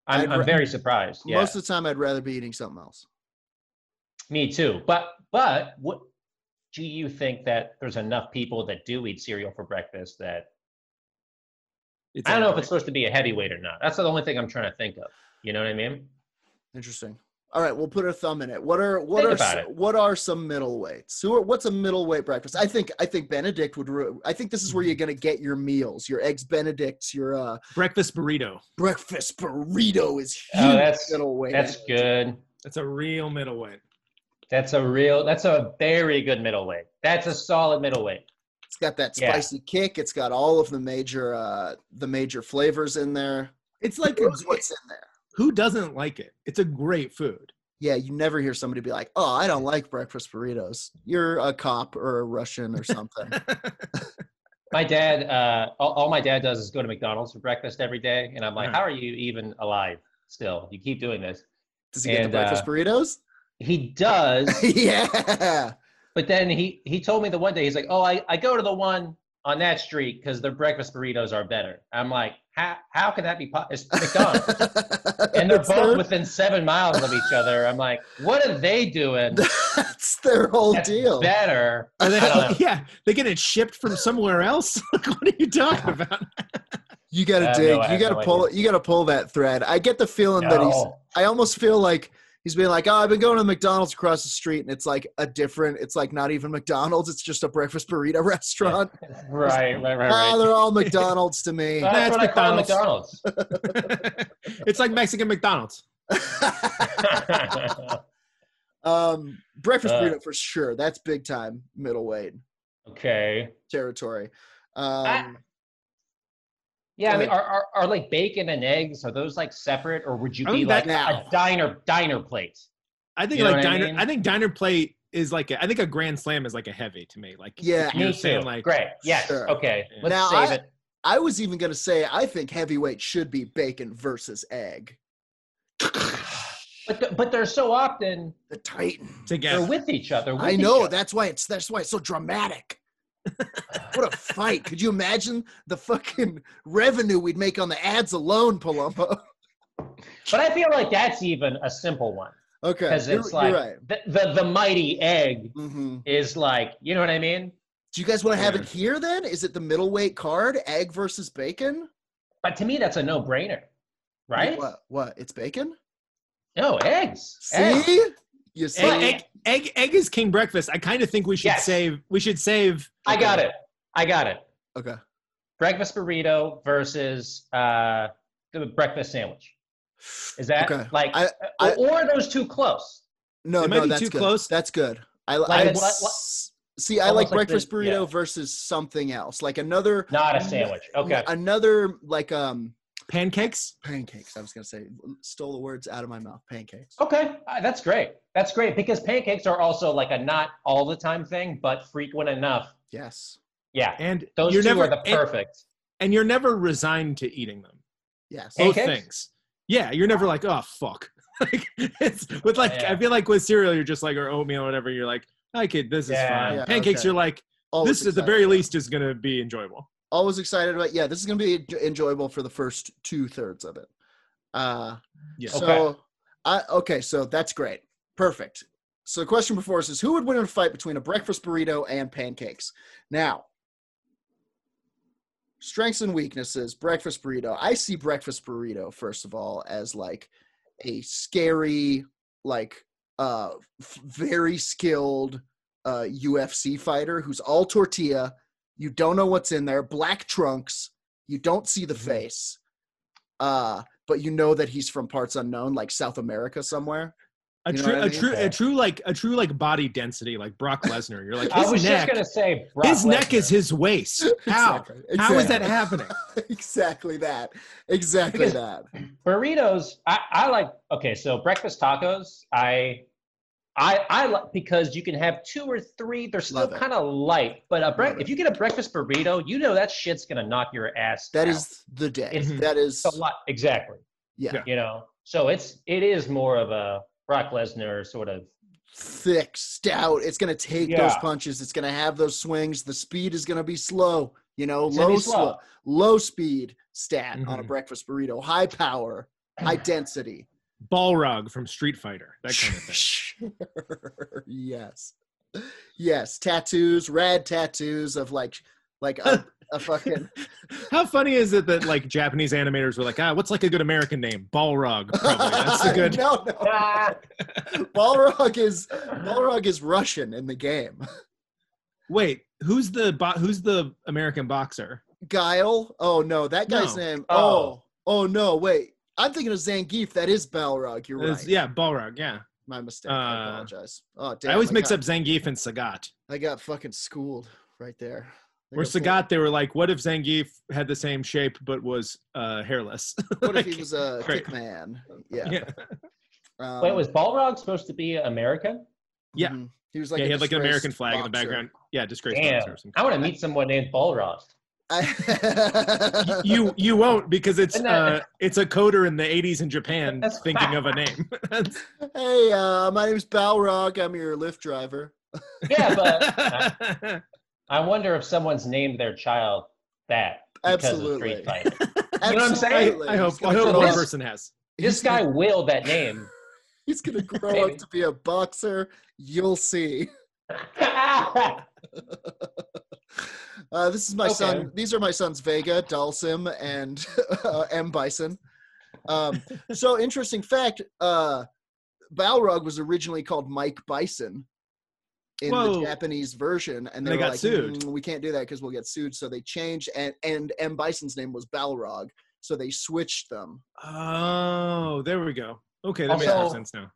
A: I'm, I'm very surprised. Yeah.
B: Most of the time, I'd rather be eating something else.
A: Me too. But but what do you think that there's enough people that do eat cereal for breakfast that
C: It's
A: I don't know if
C: outright.
A: it's supposed to be a heavyweight or not. That's the only thing I'm trying to think of. You know what I mean?
B: Interesting. All right, we'll put a thumb in it. What are what
A: Think
B: are
A: about
B: s-
A: it.
B: what are some middleweights? Who are what's a middleweight breakfast? I think I think Benedict would. ru- I think this is
A: Mm-hmm.
B: where you're gonna get your meals, your eggs Benedicts, your uh,
C: breakfast burrito.
B: breakfast burrito is huge.
A: Oh, that's-
B: middleweight.
A: That's good.
C: That's a real middleweight.
A: That's a real. That's a very good middleweight. That's a solid middleweight.
B: It's got that
A: Yeah.
B: spicy kick. It's got all of the major uh, the major flavors in there.
C: It's like a,
B: Knows what's in there.
C: who doesn't like it? It's a great food.
B: Yeah, you never hear somebody be like, "Oh, I don't like breakfast burritos." You're a cop or a Russian
A: <laughs>
B: or something.
A: My dad, uh, all, all my dad does is go to McDonald's for breakfast every day, and I'm like,
C: Right.
A: how are you even alive still? You keep doing this.
B: Does he get
A: And,
B: the breakfast
A: uh,
B: burritos? <laughs>
A: He does,
B: yeah.
A: But then he he told me the one day he's like, "Oh, I, I go to the one on that street because their breakfast burritos are better." I'm like, "How how can that be? Po- it's
B: <laughs>
A: McDonald's, and they're
B: That's
A: both
B: their-
A: within seven miles of each other." I'm like, "What are they doing
B: That's their whole
A: that's <laughs>
B: deal.
A: better?"
C: Are they,
A: I don't know.
C: yeah, they get it shipped from somewhere else. <laughs> Like, what are you talking about?
B: you gotta
A: I have no-
B: dig.
A: I
B: you
A: have
B: gotta
A: no
B: pull. You gotta pull that thread. I get the feeling that he's.
A: No.
B: I almost feel like he's being like, "Oh, I've been going to McDonald's across the street, and it's like a different. It's like not even McDonald's. It's just a breakfast burrito <laughs> restaurant.
A: right, right, right,
B: Ah,
A: right.
B: they're all McDonald's to me.
A: That's,
C: That's
A: what I call
C: McDonald's.
A: McDonald's.
C: <laughs> it's like Mexican McDonald's.
B: <laughs> um, breakfast
A: Uh.
B: burrito for sure. That's big time middleweight
A: <laughs> okay.
B: territory. Um,
A: Yeah, I mean,
B: Right.
A: are, are are like bacon and eggs? Are those like separate, or would you
C: I
A: be
C: think
A: like
B: that-
A: a diner diner plate?
C: I think
A: You know
C: like
A: what I
C: diner. I,
A: mean?
C: think diner plate is like. A, I think a grand slam is like a heavy to me. Like
B: Yeah.
C: if
A: Me
C: you're
A: too.
C: saying like
A: Great. Yes.
B: Sure.
A: Okay.
C: Yeah.
A: Let's
B: Now,
A: save
B: I-
A: it.
B: I was even gonna say I think heavyweight should be bacon versus egg.
A: But th- but they're so often
B: The Titan.
A: they're
C: together.
A: with each other. with
B: I
A: each
B: know.
A: other.
B: That's why it's that's why it's so dramatic. what a fight! Could you imagine the fucking revenue we'd make on the ads alone, Palumbo?
A: But I feel like that's even a simple one
B: Okay,
A: because
B: you're,
A: it's
B: you're
A: like
B: right.
A: the, the the mighty egg
B: hmm
A: is like you know what I mean.
B: Do you guys want to have
C: Yeah.
B: it here then? Is it the middleweight card, egg versus bacon?
A: But to me, that's a no brainer, right?
B: What? What? It's bacon.
A: No eggs.
B: See,
A: Eggs.
B: you see.
C: Egg, egg, egg, egg is king breakfast. I kind of think we should
A: Yes.
C: save. We should save.
A: I got it. I got it.
B: Okay.
A: Breakfast burrito versus uh, the breakfast sandwich. Is that
B: Okay.
A: like
B: I-
A: or,
B: I-
A: or are those too close?
B: No,
C: It might
B: no,
C: be
B: that's
C: too
B: good.
C: close.
B: That's good. I,
A: Like,
B: I
A: it's- what- what-
B: s- see. I like
A: Almost like the-
B: breakfast burrito
A: yeah.
B: versus something else, like another,
A: Not a sandwich. Okay.
B: another like um
C: Pancakes.
B: pancakes. I was gonna say stole the words out of my mouth. Pancakes.
A: Okay, uh, that's great. That's great because pancakes are also like a not all the time thing, but frequent enough.
B: Yes.
A: Yeah,
C: And
A: those
C: you're
A: two
C: never
A: are the
C: and,
A: perfect.
C: and you're never resigned to eating them.
B: Yes.
C: both
A: Pancakes?
C: things. Yeah, you're never like, oh fuck. <laughs> like it's with like
A: Yeah.
C: I feel like with cereal, you're just like or oatmeal or whatever, you're like, I could this
A: Yeah.
C: is fine.
B: Yeah,
C: Pancakes,
B: okay.
C: you're like,
B: Always
C: this at the
B: excited
C: very
B: about-
C: least is gonna be enjoyable.
B: Always excited about. Yeah, this is gonna be enj- enjoyable for the first two thirds of it. Uh,
C: Yeah.
B: So, I okay. So that's great. Perfect. So the question before us is who would win in a fight between a breakfast burrito and pancakes? Now, strengths and weaknesses. Breakfast burrito. I see breakfast burrito first of all as like a scary, like uh, f- very skilled uh, UFC fighter who's all tortilla. You don't know what's in there. Black trunks. You don't see the
C: Mhm.
B: face. Uh, but you know that he's from parts unknown, like South America somewhere.
C: A
B: you know
C: true
B: what I
C: a
B: mean?
C: true
A: Okay.
C: a true like a true like body density, like Brock Lesnar. You're like
A: I
C: his
A: was just
C: neck
A: gonna say Brock
C: his neck
A: Lesnar.
C: is
B: <laughs>
C: his waist. How?
B: Exactly.
C: How is that
B: Exactly. <laughs>
C: happening?
B: exactly that. Exactly
A: Because-
B: that.
A: burritos. I, I like okay, so breakfast tacos. I I I like because you can have two or three. They're still
B: Love it.
A: kind of light, but a
B: Love
A: bre-
B: it.
A: if you get a breakfast burrito, you know that shit's gonna knock your ass. out.
B: That is the day.
A: It's-
B: that is
A: a lot exactly.
B: Yeah.
A: You know, so it's it is more of a Brock Lesnar sort of
B: thick, stout. It's going to take
A: Yeah.
B: those punches. It's going to have those swings. The speed is going to be slow. You know,
A: It's gonna
B: low,
A: be
B: slow.
A: slow.
B: low speed stat on a
C: Mhm.
B: breakfast burrito. High
C: <clears throat>
B: power, high density.
C: Balrog from Street Fighter, that kind
B: <laughs>
C: of thing.
B: Sure. <laughs> yes, yes. Tattoos, rad tattoos of like, like a, a fucking
C: How funny is it that like Japanese animators were like, ah, what's like a good American name? Balrog. Probably. That's a
B: <laughs>
C: good.
B: no, no.
A: Ah.
B: Balrog is Balrog is Russian in the game.
C: Wait, who's the bo- who's the American boxer?
B: Guile. Oh no, that guy's
C: No.
B: name. Oh.
A: Oh.
B: oh, no, wait. I'm thinking of Zangief. That is Balrog. You're
C: It's-
B: right.
C: Yeah, Balrog. Yeah,
B: My mistake.
C: Uh,
B: I apologize. Oh damn.
C: I always mix
B: got,
C: up Zangief and Sagat.
B: I got fucking schooled right there. I
C: Where
B: got fooled.
C: Sagat, they were like, what if Zangief had the same shape but was uh, hairless? <laughs>
B: What if he
C: Like,
B: was
C: <laughs>
B: a
C: Great.
B: kick man? Yeah.
C: yeah.
B: Um,
A: Wait, was Balrog supposed to be American?
C: yeah.
B: mhm. He was like
C: yeah,
B: a
C: he had like an
B: disgraced
C: American flag in the
B: boxer.
C: background. Yeah, disgraced
A: Damn.
C: boxer or something.
A: I want to meet someone named Balrog.
B: I- <laughs>
C: you you won't because it's
A: Isn't that-
C: uh, it's a coder in the 80s in
A: <laughs>
C: Japan
A: That's-
C: thinking of
A: <laughs>
C: a name. That's-
B: hey, uh, my name's Balrog. I'm your Lyft driver.
A: Yeah,
C: <laughs>
A: but I wonder if someone's named their child that because
B: Absolutely.
A: of Street Fighter.
B: Absolutely.
A: know what I'm saying?
C: I
B: He's
C: hope I
B: gonna
C: hope
B: grow
C: one
B: up-
C: person has.
A: This guy
C: <laughs>
A: willed that name. <laughs>
B: He's gonna grow
A: Maybe.
B: up to be a boxer. You'll see. Uh, this is my
A: Okay.
B: son. These are my sons Vega, Dalsim, and <laughs> uh, M Bison. Um, so interesting fact: uh, Balrog was originally called Mike Bison in the
C: Whoa.
B: Japanese version, and
C: And
B: they,
C: they
B: were
C: got
B: like,
C: sued.
B: "Mm, "We can't do that because we'll get sued." So they changed, and and M Bison's name was Balrog, so they switched them.
C: Oh, there we go. Okay, that makes more
A: Also-
C: sense now.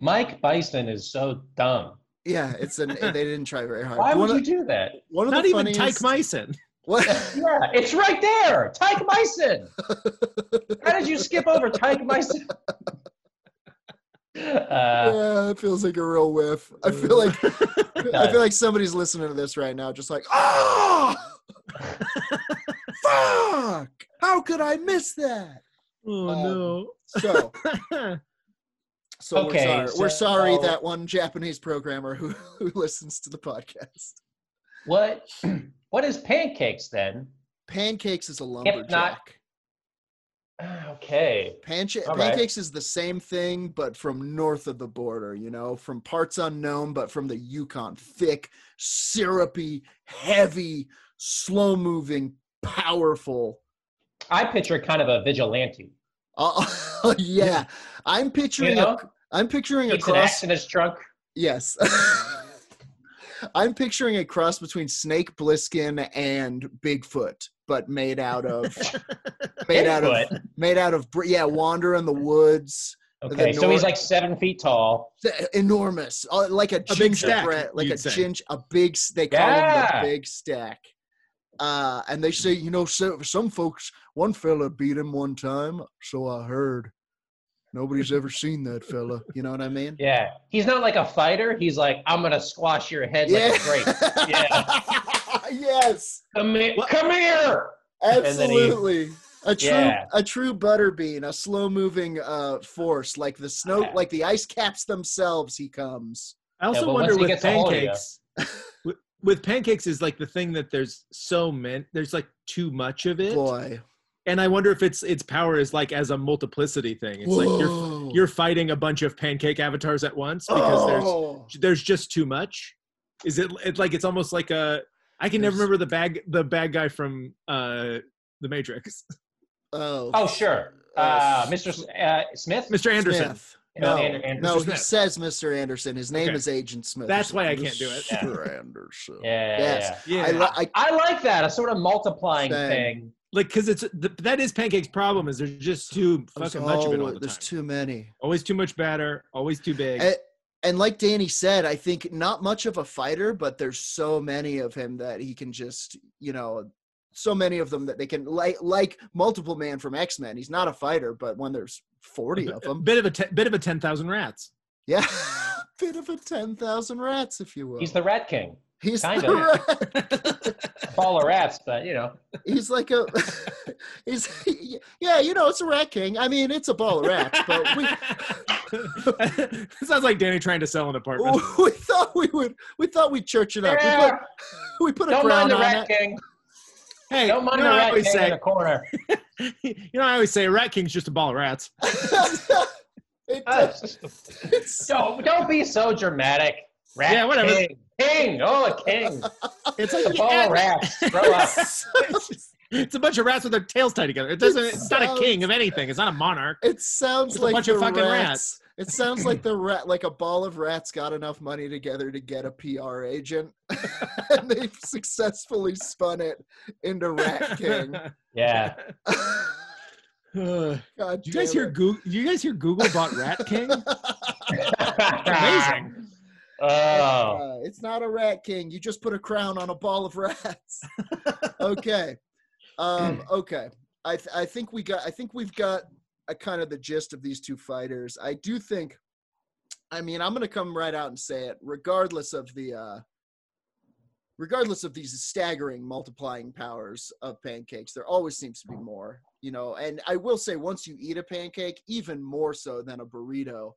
A: Mike Bison is so dumb.
B: Yeah, it's an. they didn't try very hard.
A: Why
B: One
A: would
B: of-
A: you do that?
B: One of
C: Not
B: the
C: even
B: funniest,
C: Tyke Meissen.
B: What?
A: Yeah, it's right there. Tyke Meissen. How did you skip over Tyke Meissen? Uh,
B: yeah, that feels like a real whiff. I feel
A: <laughs>
B: like I feel like somebody's listening to this right now, just like, oh,
A: <laughs>
B: fuck! How could I miss that?
C: oh
B: So,
C: no. <laughs>
B: so
A: Okay,
B: we're sorry. we're
A: so-
B: sorry that one Japanese programmer who, <laughs> who listens to the podcast.
A: what? <clears throat> What is pancakes then?
B: Pancakes is a lumberjack.
A: Ah, Okay.
B: Pancha-
A: All right.
B: pancakes is the same thing, but from north of the border, you know, from parts unknown, but from the Yukon. Thick, syrupy, heavy, slow moving, powerful.
A: I picture kind of a vigilante.
B: Uh, <laughs> yeah, I'm picturing.
A: You know,
B: a, I'm picturing a
A: keeps an axe
B: <laughs> cross.
A: in his trunk.
B: Yes. <laughs> I'm picturing a cross between Snake Bliskin and Bigfoot, but made out of
A: <laughs>
B: made out of <laughs>
A: Bigfoot.
B: made out of br- yeah, wander in the woods,
A: Okay, so
B: nor-
A: he's like seven feet tall.
B: enormous, uh, like a,
C: A big stack,
B: gingerbread- like a
C: you'd say.
B: ginge, a big. s- They call
A: Yeah.
B: him the big stack. Uh, and they say, you know, so, some folks, one fella beat him one time, so I heard. Nobody's ever seen that fella. You know what
A: <laughs>
B: I mean?
A: Yeah, he's not like a fighter. He's like, I'm gonna squash your head like a
B: <laughs>
A: grape.
B: Yeah. yes.
A: Come here! Come here! And then he-
B: Absolutely. a true
A: Yeah.
B: a true butterbean, a slow moving uh force like the snow
A: Yeah.
B: like the ice caps themselves he comes.
C: I also
A: but once
C: wonder
A: he
C: with
A: gets a hold of you.
C: pancakes. with, with pancakes is like the thing that there's so many. There's like too much of it,
B: Boy.
C: and I wonder if its its power is like as a multiplicity thing. It's like you're
B: Whoa.
C: you're fighting a bunch of pancake avatars at once because
B: Oh.
C: there's there's just too much. Is it it's like it's almost like a I can never
B: There's-
C: remember the bag the bad guy from uh the Matrix, <laughs>
B: Oh,
A: Oh sure, uh, Mr. S- Uh, Smith.
C: Mr. Anderson.
B: Smith.
A: No,
B: No,
A: Ander- Anderson.
B: no, he
C: Smith.
B: says Mr. Anderson. His name
C: Okay.
B: is Agent Smith. or
C: That's why I
B: something.
C: can't do it.
A: Yeah.
B: Mr. Anderson.
A: Yeah,
B: Yes.
A: yeah.
C: Yeah,
B: I, li- I
A: I like that. A sort of multiplying
B: Same.
A: thing.
C: like because it's the, that is Pancake's problem is there's just too
B: there's
C: fucking much of it all
B: alwa- oh,
C: the time.
B: There's too many.
C: always too much batter, always too big.
B: Eh, and like Danny said, I think not much of a fighter, but there's so many of him that he can just, you know, so many of them that they can like like multiple man from X Men. He's not a fighter, but when there's forty
A: <laughs>
B: of
C: a
B: them,
C: bit of a te- bit of a ten thousand rats.
B: yeah, <laughs> bit of a ten thousand rats, if you will.
A: He's the Rat King.
B: He's
A: kind
B: the
A: of.
B: rat. <laughs>
A: Ball of rats, but you know.
B: He's like a <laughs> he's yeah, you know, it's a rat king. I mean, it's a ball of rats, but we <laughs>
C: it <laughs> sounds like Danny trying to sell an apartment.
B: we thought we would. We thought we'd church it up. We put, we put a
A: Don't
B: crown
A: mind the
B: on
A: rat
B: it.
A: king.
C: Hey,
A: Don't mind
C: you know,
A: the rat king
C: I always
A: in the
C: say,
A: corner. <laughs>
B: <laughs>
C: <laughs> you know, I always say, Rat King's just a ball of rats.
B: <laughs> it <laughs>
A: Uh,
B: does. It's-
A: don't, <laughs> don't be so dramatic. Rat
C: Yeah, whatever.
A: King. King. Oh, a
C: <laughs>
A: king.
C: It's like
A: Ball of rats. Grow up.
C: It's a bunch of rats with their tails tied together. It doesn't.
B: It
C: it's not a
B: sounds-
C: king of anything. It's not a monarch.
B: It sounds
C: It's a
B: like
C: bunch
B: the
C: of fucking
B: rats. It sounds
C: <clears throat>
B: like the rat, like a ball of rats, got enough money together to get a PR agent, <laughs> and they've successfully spun it into Rat
C: <laughs>
B: King. <laughs>
A: Yeah.
C: Uh,
B: God,
C: do you guys
B: damn
C: hear
B: it.
C: Google? Do you guys hear Google bought Rat
B: <laughs>
C: King? Amazing.
A: <laughs> Oh.
B: Uh, it's not a rat king. You just put a crown on a ball of rats. okay. Um, okay. I th- I think we got I think we've got a kind of the gist of these two fighters. I do think I mean, I'm going to come right out and say it regardless of the uh regardless of these staggering multiplying powers of pancakes, there always seems to be more, you know. And I will say once you eat a pancake, even more so than a burrito,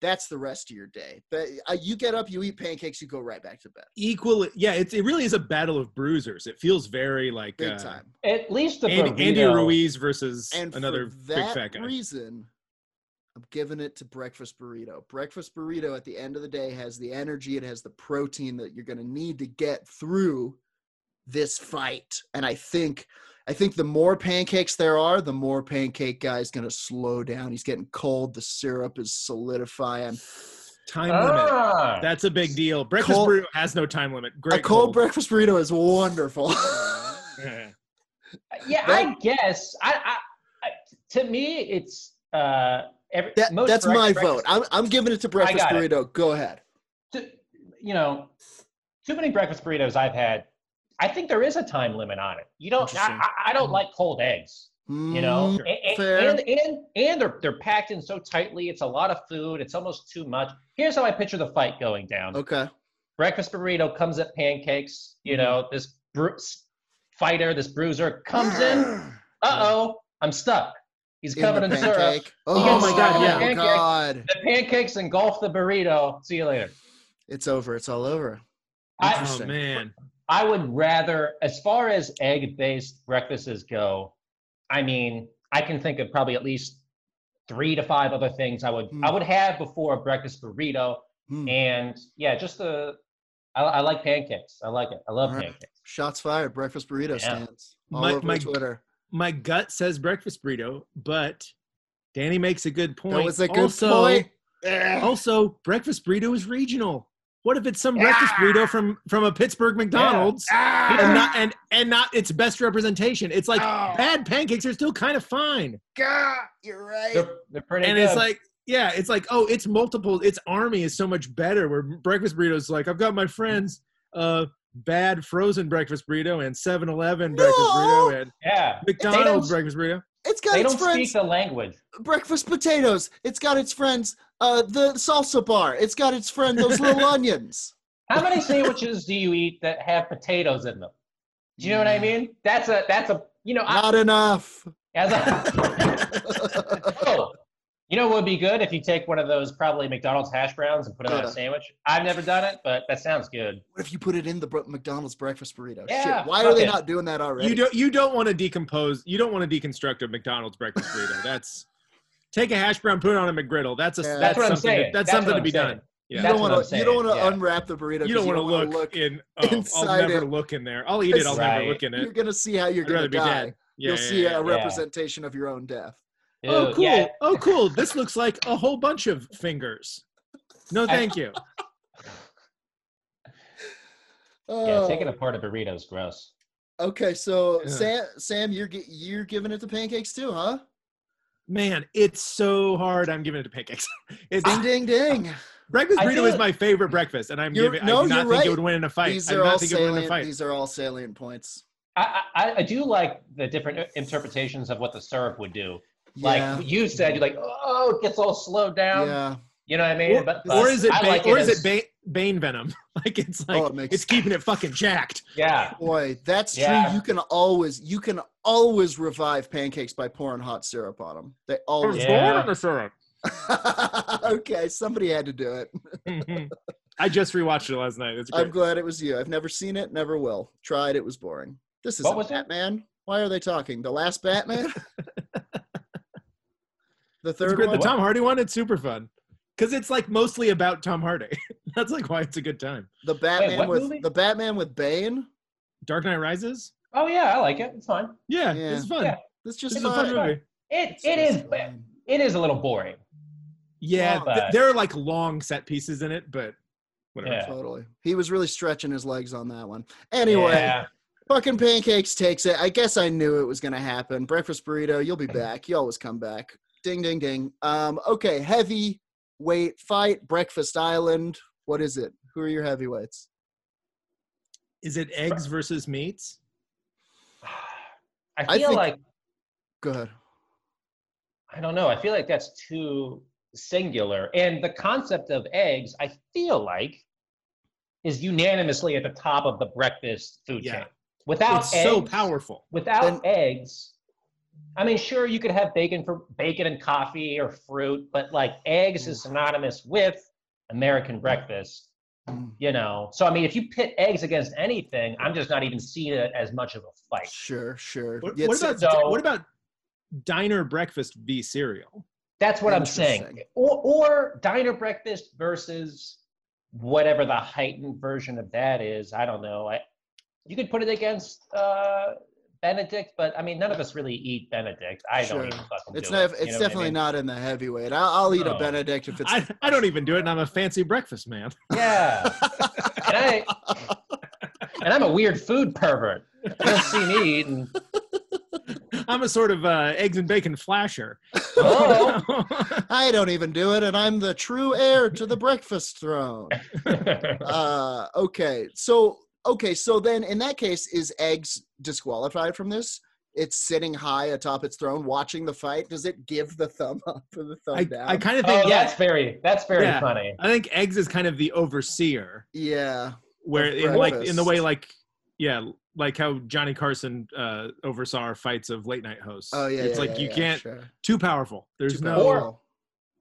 B: that's the rest of your day. But uh, you get up, you eat pancakes, you go right back to bed.
C: Equally, yeah. It's it really is a battle of bruisers. It feels very like
B: Big
C: uh,
B: time.
A: At least the
C: Andy, Andy
A: burrito-
C: Ruiz versus
B: And
C: another
B: for
C: big
B: that
C: fat guy.
B: reason, I'm giving it to breakfast burrito. Breakfast burrito at the end of the day has the energy, it has the protein that you're going to need to get through this fight. And I think I think the more pancakes there are, the more pancake guy's going to slow down. He's getting cold, the syrup is solidifying.
C: time
B: Oh,
C: limit.
A: Ah.
C: That's a big deal. Breakfast
B: Cold-
C: burrito has no time limit. Great.
B: a cold,
C: cold.
B: breakfast burrito is
C: <laughs>
B: wonderful.
C: Yeah. <laughs>
A: Yeah, I guess. I, I, I to me, it's uh, every,
B: That-
A: most
B: that's
A: breakfast-
B: my vote. I'm, I'm giving it to breakfast
A: got it.
B: burrito. Go ahead.
A: to- you know, too many breakfast burritos I've had. I think there is a time limit on it. You don't. I,
B: Interesting.
A: I- I don't like cold eggs. You know,
C: Mm,
A: A-
B: fair.
A: a- and, and and they're they're packed in so tightly. It's a lot of food. It's almost too much. Here's how I picture the fight going down.
B: Okay.
A: Breakfast burrito comes at pancakes. You
C: Mhm.
B: Mm-hmm.
A: know, this bru- s- fighter, this bruiser comes
B: <gasps>
A: in. Uh oh, I'm stuck. He's
B: the
A: covered in syrup.
B: pancake. Oh,
C: Yes.
B: my
C: Oh,
B: god!
C: the
B: Yeah.
A: pancake.
B: God,
A: The pancakes engulf the burrito. See you later.
B: it's over. It's all over.
A: I,
C: Oh
B: Interesting.
C: man.
A: I would rather, as far as egg based breakfasts go, I mean, I can think of probably at least three to five other things I would I
B: Hmm.
C: Mm.
A: would have before a breakfast burrito.
B: Hmm.
A: And yeah, just the I, I like pancakes. I like it. I love
C: Uh-huh.
B: All right.
A: pancakes.
B: Shots fired. Breakfast burrito
A: Yeah.
B: stands all
C: My-
B: over
C: my-
B: Twitter.
C: My gut says breakfast burrito, but Danny makes a good point.
B: That was a good
C: also,
B: point.
C: Also, breakfast burrito is regional. What if it's some breakfast burrito from from a Pittsburgh McDonald's and not and and not its best representation? It's like bad pancakes are still kind of fine,
B: You're right.
A: They're, they're pretty
C: and
A: good.
C: it's like yeah, it's like oh, it's multiple. Its army is so much better. Where breakfast burritos like I've got my friends. Uh, bad frozen breakfast burrito and 7-Eleven breakfast
B: No.
C: burrito and
A: yeah.
C: McDonald's breakfast burrito.
B: It's got
A: They
B: its
A: don't speak
B: friends.
A: the language.
B: breakfast potatoes. It's got its friends. Uh, the salsa bar. It's got its
A: <laughs>
B: friend. Those little onions.
A: How many sandwiches do you eat that have potatoes in them? Do you know what
C: Mm.
A: I mean? That's a that's a you know I, <laughs>
B: Not enough. <laughs>
A: as a, oh, you know what would be good if you take one of those probably McDonald's hash browns and put it on
B: Good.
A: a sandwich. I've never done it, but that sounds good.
B: What if you put it in the bro- McDonald's breakfast burrito?
A: Yeah,
B: Shit. Why are
A: fuck
B: they
A: it.
B: not doing that already?
C: You don't you don't want to decompose. You don't want to deconstruct a McDonald's breakfast
A: <laughs>
C: burrito. That's take a hash brown, put it on a McGriddle. That's a
B: Yeah.
C: that's,
A: That's what I'm
C: something.
A: saying.
C: To,
A: That's
C: that's, something
A: what
C: to
A: I'm
C: be
A: saying.
C: done.
B: You
C: Yeah.
A: That's
B: don't
A: what
B: want
A: I'm
B: to. You
A: saying,
B: don't want to
A: yeah.
B: unwrap the burrito. 'cause
C: you don't want to
B: wanna
C: look, in. Oh, I'll
B: inside
C: never
B: it.
C: look in there. I'll eat it. I'll
A: Right.
C: never look in
B: You're
C: it.
B: gonna see how you're
C: I'd rather
B: gonna
C: be
B: die.
C: dead. Yeah,
B: You'll
C: yeah,
B: see
C: yeah.
B: a representation of your own death.
C: Oh,
A: Ew,
C: cool.
A: yeah.
C: Oh, cool. This looks like a whole bunch of fingers. No, thank you.
A: Yeah,
B: Oh.
A: taking apart a burrito is gross.
B: okay, so
C: Yeah.
B: Sam, Sam, you're gi- you're giving it to pancakes too, huh?
C: Man, it's so hard. I'm giving it to pancakes. <laughs> It's,
B: Ding, ding, ding.
C: breakfast
A: I
C: burrito
A: feel
C: is
A: it-
C: my favorite breakfast, and I'm
B: You're-
C: giving.
B: no,
C: I do not
B: you're
C: think
B: right.
C: it would win in a <laughs> fight.
B: These
C: I do
B: are all
C: not think it would win in a
B: salient.
C: fight.
B: These are all salient points.
A: I, I I do like the different uh, interpretations of what the syrup would do.
B: Yeah.
A: Like you said, you're like, oh, it gets all slowed down.
B: yeah.
A: You know what I mean?
C: Or-
A: but,
C: or
A: but
C: is it,
A: I
C: bane,
A: like
C: or is
A: as-
C: it bane, bane venom? <laughs> Like it's like
B: Oh, it makes-
C: it's keeping it fucking jacked.
A: Yeah,
B: <laughs> Boy, that's
A: Yeah.
B: true. You can always you can always revive pancakes by pouring hot syrup on them. They always.
A: Yeah.
C: syrup.
B: <laughs> okay, somebody had to do it.
C: <laughs> I just rewatched it last night.
B: I'm glad it was you. I've never seen it, never will. Tried, it was boring. This is
A: What was it?
B: Batman. Why are they talking? The last Batman?
A: <laughs>
B: the
C: It's
B: third
C: great.
B: one?
C: The Tom Hardy one, it's super fun because it's like mostly about Tom Hardy. <laughs> That's like why it's a good time.
B: The Batman
A: what
B: with
A: movie?
B: the Batman with Bane?
C: Dark Knight Rises.
A: Oh yeah, I like it. It's fun.
C: Yeah,
B: Yeah.
C: it's fun.
A: Yeah.
B: That's just
C: It's a
B: fun.
C: fun movie.
A: It
B: It's
A: it
B: just
A: is
B: fun.
A: it is a little boring.
C: Yeah,
B: Long.
C: th- there are like long set pieces in it, but whatever.
A: Yeah.
B: Totally. He was really stretching his legs on that one. Anyway,
A: Yeah. <sighs>
B: fucking pancakes takes it. I guess I knew it was gonna happen. Breakfast burrito, you'll be back. You always come back. Ding ding ding. Um, okay, heavy weight fight, breakfast island. What is it? Who are your heavyweights?
C: Is it eggs versus meats?
A: I
B: I
A: feel
B: think-
A: like
B: Go ahead.
A: I don't know. I feel like that's too singular. And the concept of eggs, I feel like, is unanimously at the top of the breakfast food
C: Yeah.
A: chain. Without
C: it's
A: eggs,
C: so powerful.
A: Without
B: Then-
A: eggs, I mean, sure you could have bacon for bacon and coffee or fruit, but like eggs
C: Mm.
A: is synonymous with American breakfast.
B: Mm,
A: You know, so I mean, if you pit eggs against anything, I'm just not even seeing it as much of a fight.
B: Sure, sure.
C: What,
B: Yeah,
C: what
B: so-
C: about
A: so-
C: what about diner breakfast v cereal?
A: That's what I'm saying.
B: Interesting.
A: Or, or diner breakfast versus whatever the heightened version of that is. I don't know. I, you could put it against uh, Benedict, but I mean, none of us really eat Benedict. I
B: Sure.
A: don't even fucking
B: it's
A: do
B: not.
A: it, you
B: It's
A: know what I
B: definitely
A: mean?
B: not in the heavyweight. I'll, I'll eat a
A: No. <laughs>
B: Benedict if it's.
C: I, I don't even do it, and I'm a fancy breakfast man. <laughs>
A: Yeah.
B: <laughs>
A: and I and I'm a weird food pervert. You don't see me
B: <laughs>
A: eating.
C: I'm a sort of uh, eggs and bacon flasher. <laughs>
A: Oh.
B: I don't even do it, and I'm the true heir to the breakfast throne. Uh, okay, so okay, so then in that case, is eggs disqualified from this? It's sitting high atop its throne, watching the fight. Does it give the thumb up or the thumb
C: I,
B: down?
C: I kind of think
A: oh,
C: yeah,
A: that's very that's very
C: Yeah.
A: funny.
C: I think eggs is kind of the overseer,
B: yeah,
C: where
B: Of
C: in like in the
B: breakfast.
C: way like yeah, like how Johnny Carson uh, oversaw our fights of late night hosts.
B: oh yeah,
C: it's
B: yeah,
C: like
B: yeah,
C: you
B: yeah,
C: can't
B: sure.
C: too powerful. There's
B: Too
C: no
B: powerful.
A: Or-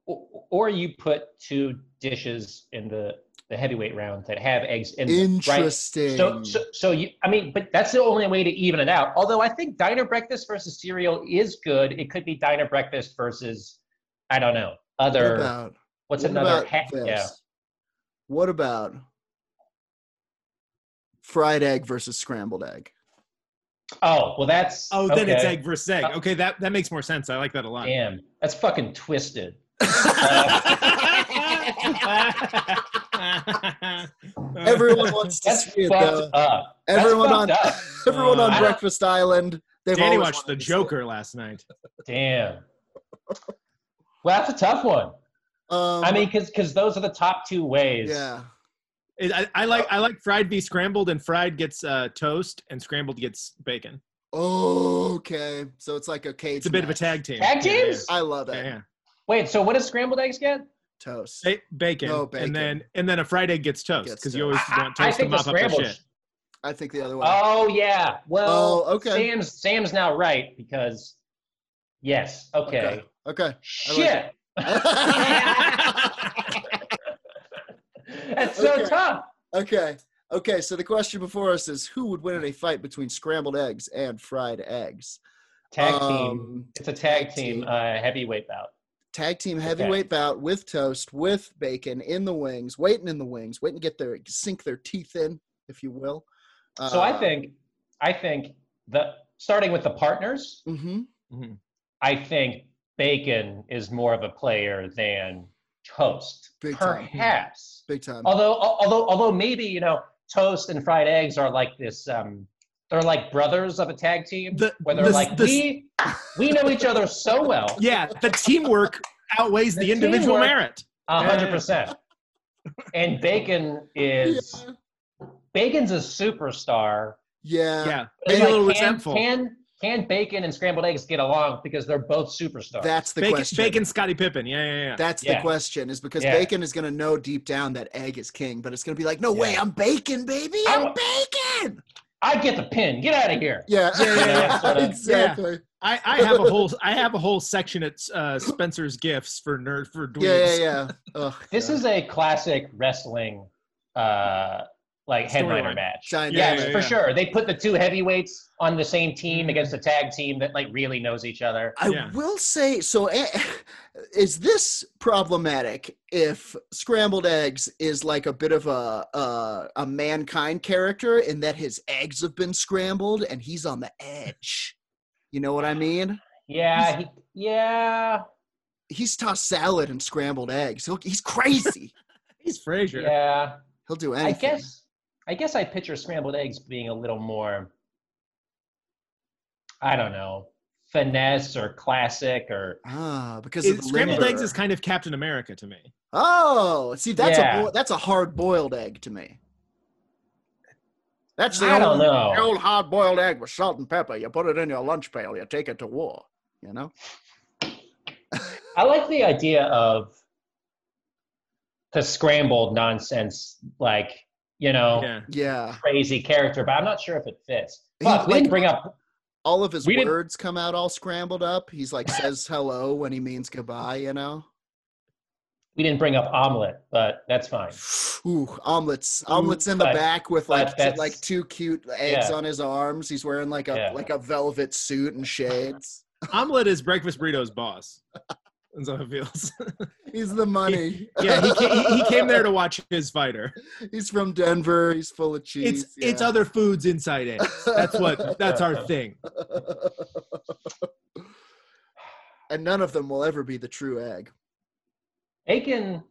A: O- Or you put two dishes in the the heavyweight round that have eggs in them, right?
B: interesting.
A: So, so, so you, I mean, but that's the only way to even it out. Although I think diner breakfast versus cereal is good. It could be diner breakfast versus, I don't know,
B: what
A: other,
B: about
A: what's
B: what
A: another
B: about
A: heck?
B: this?
A: Yeah.
B: What about fried egg versus scrambled egg?
A: Oh, well, that's.
C: Oh, then it's
A: okay. Uh,
C: egg versus egg. Okay, that that makes more sense. I like that a lot. <laughs>
A: Damn, that's fucking twisted. Uh,
B: <laughs> Everyone wants to
A: That's
B: see it
A: fucked
B: though.
A: up. That's
B: Everyone on
A: fucked up.
B: <laughs> everyone
C: Uh,
B: on
A: I don't-
B: Breakfast Island. They've
C: Danny
B: always
C: watched The
B: wanted to see it.
C: Joker last night.
A: Damn. Well, that's a tough one.
B: Um,
A: I mean, because those are the top two ways.
B: yeah.
C: It- I, I like I like fried v scrambled, and fried gets uh, toast, and scrambled gets bacon.
B: Oh, okay. So it's like a cage.
C: It's a bit of a
B: match.
C: tag team.
A: Tag
C: Yeah, yeah,
A: teams?
B: I love
C: Yeah,
B: it.
C: yeah.
A: Wait, so what does scrambled eggs get?
B: Toast.
C: Ba- bacon,
B: No, bacon.
C: and then and then a fried egg gets toast
B: Gets
C: because you
B: toast.
C: always want toast to mop up the shit. <laughs>
B: I think the other one.
A: Oh yeah. Well,
B: Oh, okay.
A: Sam's Sam's now right because. Yes. Okay.
B: Okay. Okay.
A: Shit. <laughs> that's so
B: Okay.
A: tough.
B: <laughs> okay. Okay. So the question before us is who would win in a fight between scrambled eggs and fried eggs?
A: Tag team.
B: Um,
A: It's a tag
B: tag
A: team
B: team.
A: uh, heavyweight bout.
B: Tag team heavyweight bout with toast, with bacon in the wings, waiting in the wings, waiting to get their sink their teeth in, if you will.
A: So
B: Uh,
A: I think, I think the starting with the partners,
B: hmm
C: Mhm.
A: I think Bacon is more of a player than Toast,
B: Big time.
A: perhaps.
B: Big time.
A: Although, al- although, although maybe you know, Toast and fried eggs are like this. Um, they're like brothers of a tag team,
C: The-
A: where they're
C: the-
A: like
C: the-
A: we we know each other so well,
C: <laughs> Yeah, the teamwork outweighs the,
A: The
C: individual
A: teamwork-
C: merit.
A: a hundred percent. And Bacon is
B: Yeah.
A: Bacon's a superstar.
B: Yeah.
C: Yeah,
A: It's
C: maybe a
A: like,
C: little
A: can,
C: resentful.
A: Can can bacon and scrambled eggs get along because they're both superstars?
B: That's the
C: bacon,
B: question.
C: bacon, Scotty Pippen. Yeah, yeah, yeah.
B: That's the
A: Yeah.
B: question, is because
A: Yeah.
B: bacon is going to know deep down that egg is king, but it's going to be like, no way,
A: Yeah.
B: I'm bacon, baby.
A: I
B: I'm
A: wa-
B: bacon.
A: I get the pin. Get out of here.
B: Yeah,
C: Yeah, yeah, yeah.
A: sort of.
B: <laughs> exactly.
C: I, I have a whole I have a whole section at uh, Spencer's Gifts for nerd for dweebs.
B: Yeah, yeah, yeah. Ugh,
A: This
B: God.
A: is a classic wrestling, uh, like headliner
C: Storyline.
A: match.
B: Giant
C: Yeah,
A: yes,
C: yeah,
A: for
C: yeah.
A: sure. They put the two heavyweights on the same team against a tag team that like really knows each other.
B: I
C: Yeah.
B: will say so. eh, <laughs> Is this problematic if scrambled eggs is like a bit of a a, a mankind character in that his eggs have been scrambled and he's on the edge? You know what I mean?
A: Yeah, he, yeah,
B: He's tossed salad and scrambled eggs. He'll, he's crazy.
C: He's Frasier.
A: yeah.
B: He'll do
A: I
B: anything.
A: guess I guess I picture scrambled eggs being a little more I don't know, finesse or classic or
B: Ah, because of
C: It-
B: the
C: scrambled
B: liver.
C: eggs is kind of Captain America to me.
B: Oh, see, that's
A: Yeah.
B: a a that's a hard boiled egg to me. That's the
A: I don't
B: old,
A: know.
C: Oh.
B: the old hard boiled egg with salt and pepper. You put it in your lunch pail. You take it to war. You know.
A: I like the idea of the scrambled nonsense like, you know,
C: Yeah.
B: Yeah,
A: crazy character, but I'm not sure if it fits.
B: He's
A: Fuck, we
B: like-
A: didn't bring up
B: all of his
A: We didn't-
B: words come out all scrambled up. He's like says hello when he means goodbye. You know.
A: we didn't bring up omelet, but that's fine.
B: Ooh, omelets, omelets in the
A: but-
B: back with
A: but
B: like two,
A: that's-
B: like two cute eggs
A: Yeah.
B: on his arms. He's wearing like a
A: Yeah.
B: like a velvet suit and shades.
C: Omelette is breakfast burrito's
B: <laughs>
C: boss. That's how it feels. <laughs>
B: He's the money.
C: yeah, he, ca- he, he came there to watch his fighter.
B: <laughs> He's from Denver. He's full of cheese.
C: It's it's other foods inside eggs. That's what that's our thing.
B: <laughs> and none of them will ever be the true egg.
A: Bacon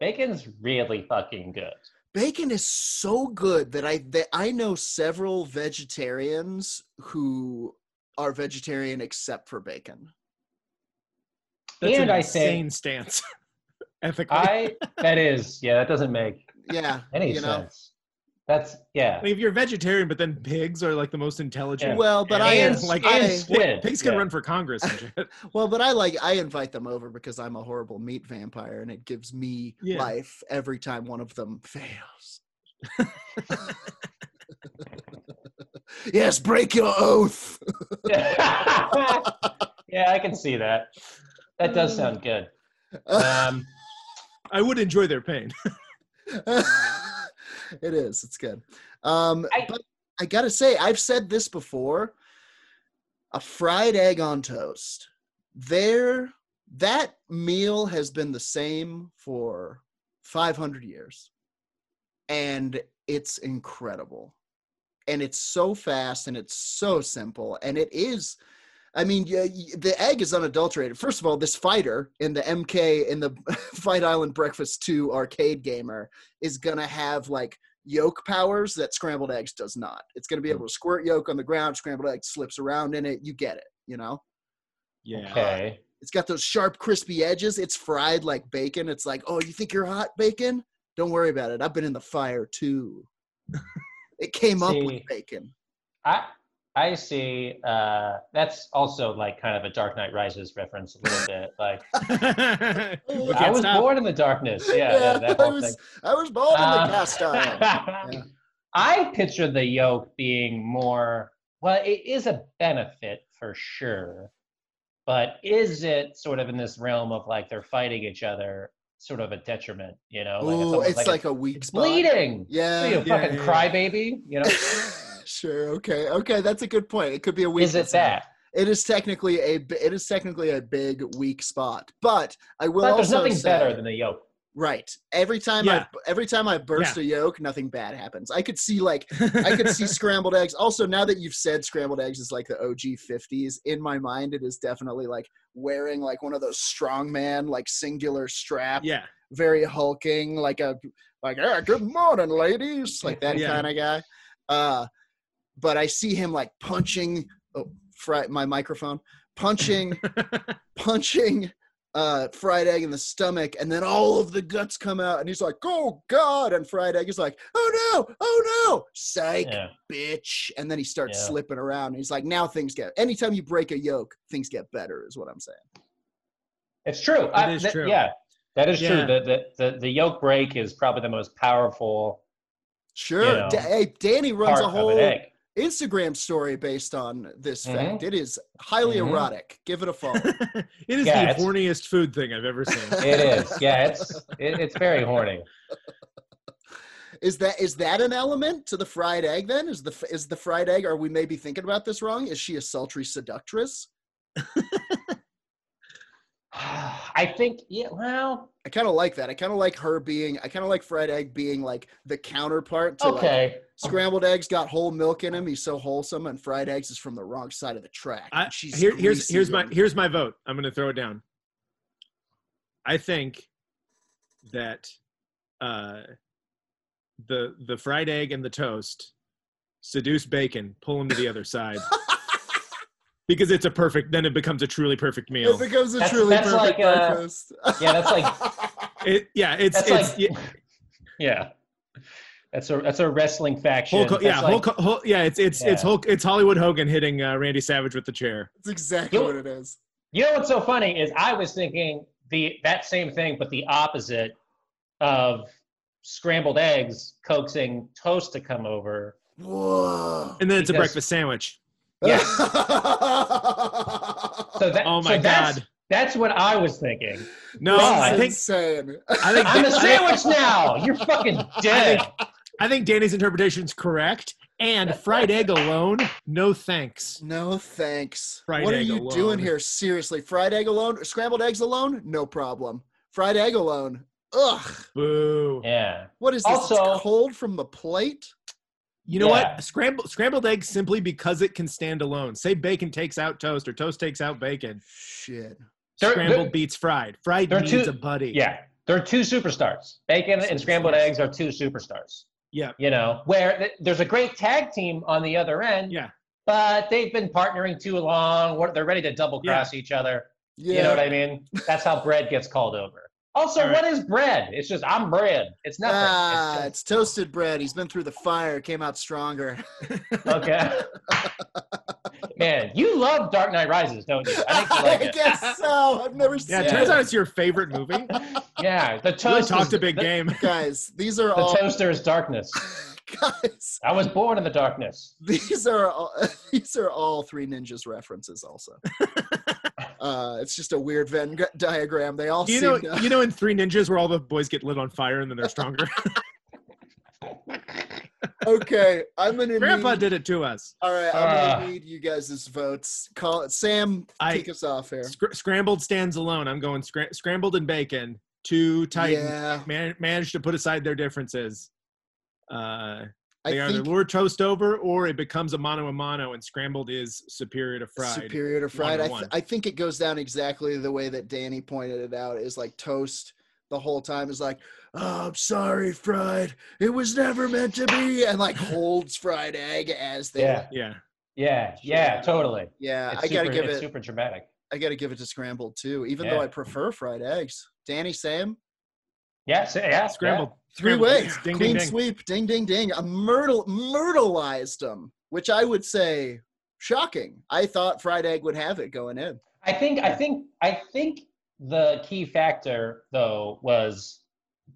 A: bacon's really fucking good.
B: Bacon is so good that I that I know several vegetarians who are vegetarian except for bacon.
C: That's
A: And
C: an
A: I think-
C: insane stance. <laughs> Ethically. I,
B: <laughs>
A: I that is, yeah, that doesn't make
B: Yeah,
A: <laughs> any
B: you know.
A: sense. That's yeah.
C: mean, if you're vegetarian, but then pigs are like the most intelligent.
B: Well, but I
C: And,
B: am
C: like,
B: I-
A: and squid.
C: Pigs can
A: yeah.
C: run for Congress and shit.
B: well, but I like I invite them over because I'm a horrible meat vampire, and it gives me
C: Yeah.
B: life every time one of them
C: <laughs>
B: fails. <laughs> yes, break your oath.
A: <laughs> yeah, I can see that. That does sound good. Um,
B: <laughs>
C: I would enjoy their pain.
B: it is. It's good. Um,
A: I-
B: but I gotta say, I've said this before. A fried egg on toast. There, that meal has been the same for 500 years, and it's incredible. And it's so fast, and it's so simple, and it is. I mean, yeah, y- the egg is unadulterated. First of all, this fighter in the MK in the <laughs> Fight Island Breakfast 2 arcade gamer is going to have like yolk powers that scrambled eggs does not. It's going to be able to squirt yolk on the ground, scrambled egg slips around in it. You get it, you know?
C: Yeah.
A: okay.
B: It's got those sharp, crispy edges. It's fried like bacon. It's like, oh, you think you're hot bacon? Don't worry about it. I've been in the fire too. <laughs> it came up with
A: See.
B: bacon.
A: I I see. Uh, that's also like kind of a Dark Knight Rises reference a little bit. Like
C: <laughs> We
A: I
C: can't
A: was
C: stop.
A: born in the darkness. Yeah, yeah, that
B: I
A: whole thing.
B: was, I was bald in
A: Um, <laughs>
B: the cast iron. Yeah.
A: I picture the yolk being more, well, it is a benefit for sure, but is it sort of in this realm of like they're fighting each other, sort of a detriment, you know?
B: Ooh,
A: almost
B: it's like, a weak
A: it's
B: spot.
A: bleeding. What are
B: Yeah.
A: you,
C: yeah,
A: a fucking
C: yeah.
A: crybaby, you know?
B: <laughs> sure. Okay. Okay. That's a good point. It could be a weakness.
A: is it that?
B: it is technically a b- it is technically a big weak spot but i will
A: But there's
B: also
A: nothing
B: say,
A: better than the yolk.
B: right every time
C: Yeah.
B: i every time i burst
C: Yeah.
B: a yolk nothing bad happens i could see like
C: <laughs>
B: i could
A: <laughs>
B: see scrambled eggs also now that you've said scrambled eggs is like the og 50s in my mind it is definitely like wearing like one of those strongman like singular strap
C: Yeah. <laughs>
B: very hulking, like a like yeah, good morning, ladies, like that
C: Yeah.
B: kind of guy. Uh, but I see him like punching oh, fri- my microphone,
A: <laughs>
B: punching, punching uh, fried egg in the stomach, and then all of the guts come out, and he's like, "Oh God!" And fried egg is like, "Oh no, oh no, psych,
A: Yeah.
B: bitch!" And then he starts
A: Yeah.
B: slipping around, and he's like, "Now things get." Anytime you break a yolk, things get better, is what I'm saying.
A: It's true.
C: That is true.
A: Yeah, that is
C: Yeah.
A: true. The, the, the, the yolk break is probably the most powerful
B: Sure,
A: You know,
B: Da- hey, Danny runs
A: part
B: a
A: of
B: whole.
A: an egg.
B: Instagram story based on this mm-hmm. fact. It is highly mm-hmm. erotic. Give it a <laughs> follow.
C: it is yeah, the horniest food thing I've ever seen.
A: It is. Yeah, it's it, it's very horny.
B: Is that is that an element to the fried egg? Then is the is the fried egg? Are we maybe thinking about this wrong? Is she a sultry seductress?
A: <sighs> I think yeah. Well,
B: I kind of like that. I kind of like her being. I kind of like fried egg being like the counterpart to
A: okay. Like,
B: scrambled eggs got whole milk in him. He's so wholesome, and fried eggs is from the wrong side of the track.
C: I, here, here's here's my here's my vote. I'm going to throw it down. I think that uh, the the fried egg and the toast seduce bacon, pull him to the other side. because it's a perfect then it becomes a truly perfect meal
B: it becomes a that's, truly that's perfect like, breakfast
A: uh, yeah that's like
C: it, yeah it's it's like,
A: yeah. yeah. that's a that's a wrestling faction
C: Hulk, yeah like, Hulk, Hulk, yeah it's it's yeah. it's Hulk it's Hollywood Hogan hitting uh, Randy Savage with the chair
B: that's exactly you, what it is
A: you know what's so funny is I was thinking the that same thing but the opposite of scrambled eggs coaxing toast to come over
B: Whoa.
C: and then it's a breakfast sandwich
B: <laughs>
A: yeah. so that, oh my so god. That's, that's, what I was thinking.
C: No,
B: this I
C: think,
B: insane.
A: I think <laughs> I'm a sandwich now. You're fucking dead.
C: I think, I think Danny's interpretation is correct. And fried egg alone, no thanks.
B: No thanks.
C: Fried
B: what are you
C: alone.
B: doing here? Seriously, fried egg alone, scrambled eggs alone, no problem. Fried egg alone, ugh.
C: Boo.
A: Yeah.
B: What is this? Also, cold from the plate.
C: You know yeah. what? Scrambled scrambled eggs simply because it can stand alone. Say bacon takes out toast or toast takes out bacon.
B: Shit.
C: Scrambled they're, they're, beats fried. Fried needs two, a buddy.
A: Yeah. They're two superstars. Bacon and scrambled eggs are two superstars.
C: Yeah.
A: You know, where there's a great tag team on the other end.
C: Yeah.
A: But they've been partnering too long. They're ready to double cross yeah. each other. Yeah. You know what I mean? That's how bread gets called over. Also, right. what is bread? It's just I'm bread. It's nothing.
B: Ah, it's, just... it's toasted bread. He's been through the fire, came out stronger.
A: <laughs> okay. Man, you love Dark Knight Rises, don't you? I, you like
B: <laughs> I guess so. I've never seen.
C: Yeah, it turns out it's your favorite movie.
A: yeah, the toast. Really is,
C: talked a big the, game,
B: guys. These are
A: the
B: all...
A: toaster is darkness.
B: <laughs> guys,
A: I was born in the darkness.
B: These are all, <laughs> these are all three ninjas references.
C: <laughs>
B: Also. Uh, it's just a weird Venn diagram. They all
C: you know to- you know in Three Ninjas where all the boys get lit on fire and then they're stronger.
B: <laughs> okay, I'm gonna.
C: Grandpa
B: need,
C: did Ah. it to us.
B: All right, I'm uh, gonna need you guys' votes. Call it Sam. I, kick us off here.
C: Sc- scrambled stands alone. I'm going scra- scrambled and bacon. Two titans yeah. man- managed to put aside their differences. Uh, they I either lure toast over or it becomes a mono a mono, and scrambled is superior to fried.
B: Superior to fried. I, th- I think it goes down exactly the way that Danny pointed it out is like toast the whole time is like, oh, I'm sorry, fried. It was never meant to be. And like holds fried egg as they.
A: Yeah.
C: Yeah.
A: Yeah. Yeah. Totally.
B: Yeah.
A: It's
B: I
A: super,
B: got to give it.
A: super dramatic.
B: I got to give it to scrambled too, even yeah. though I prefer fried eggs. Danny, Sam?
A: Yeah. So, yeah.
C: Scrambled. Yeah.
B: Three
A: <laughs>
B: ways. Ding, Clean ding, sweep. Ding, ding, ding. A myrtle, myrtleized them, which I would say shocking. I thought fried egg would have it going in.
A: I think, I think, I think the key factor though was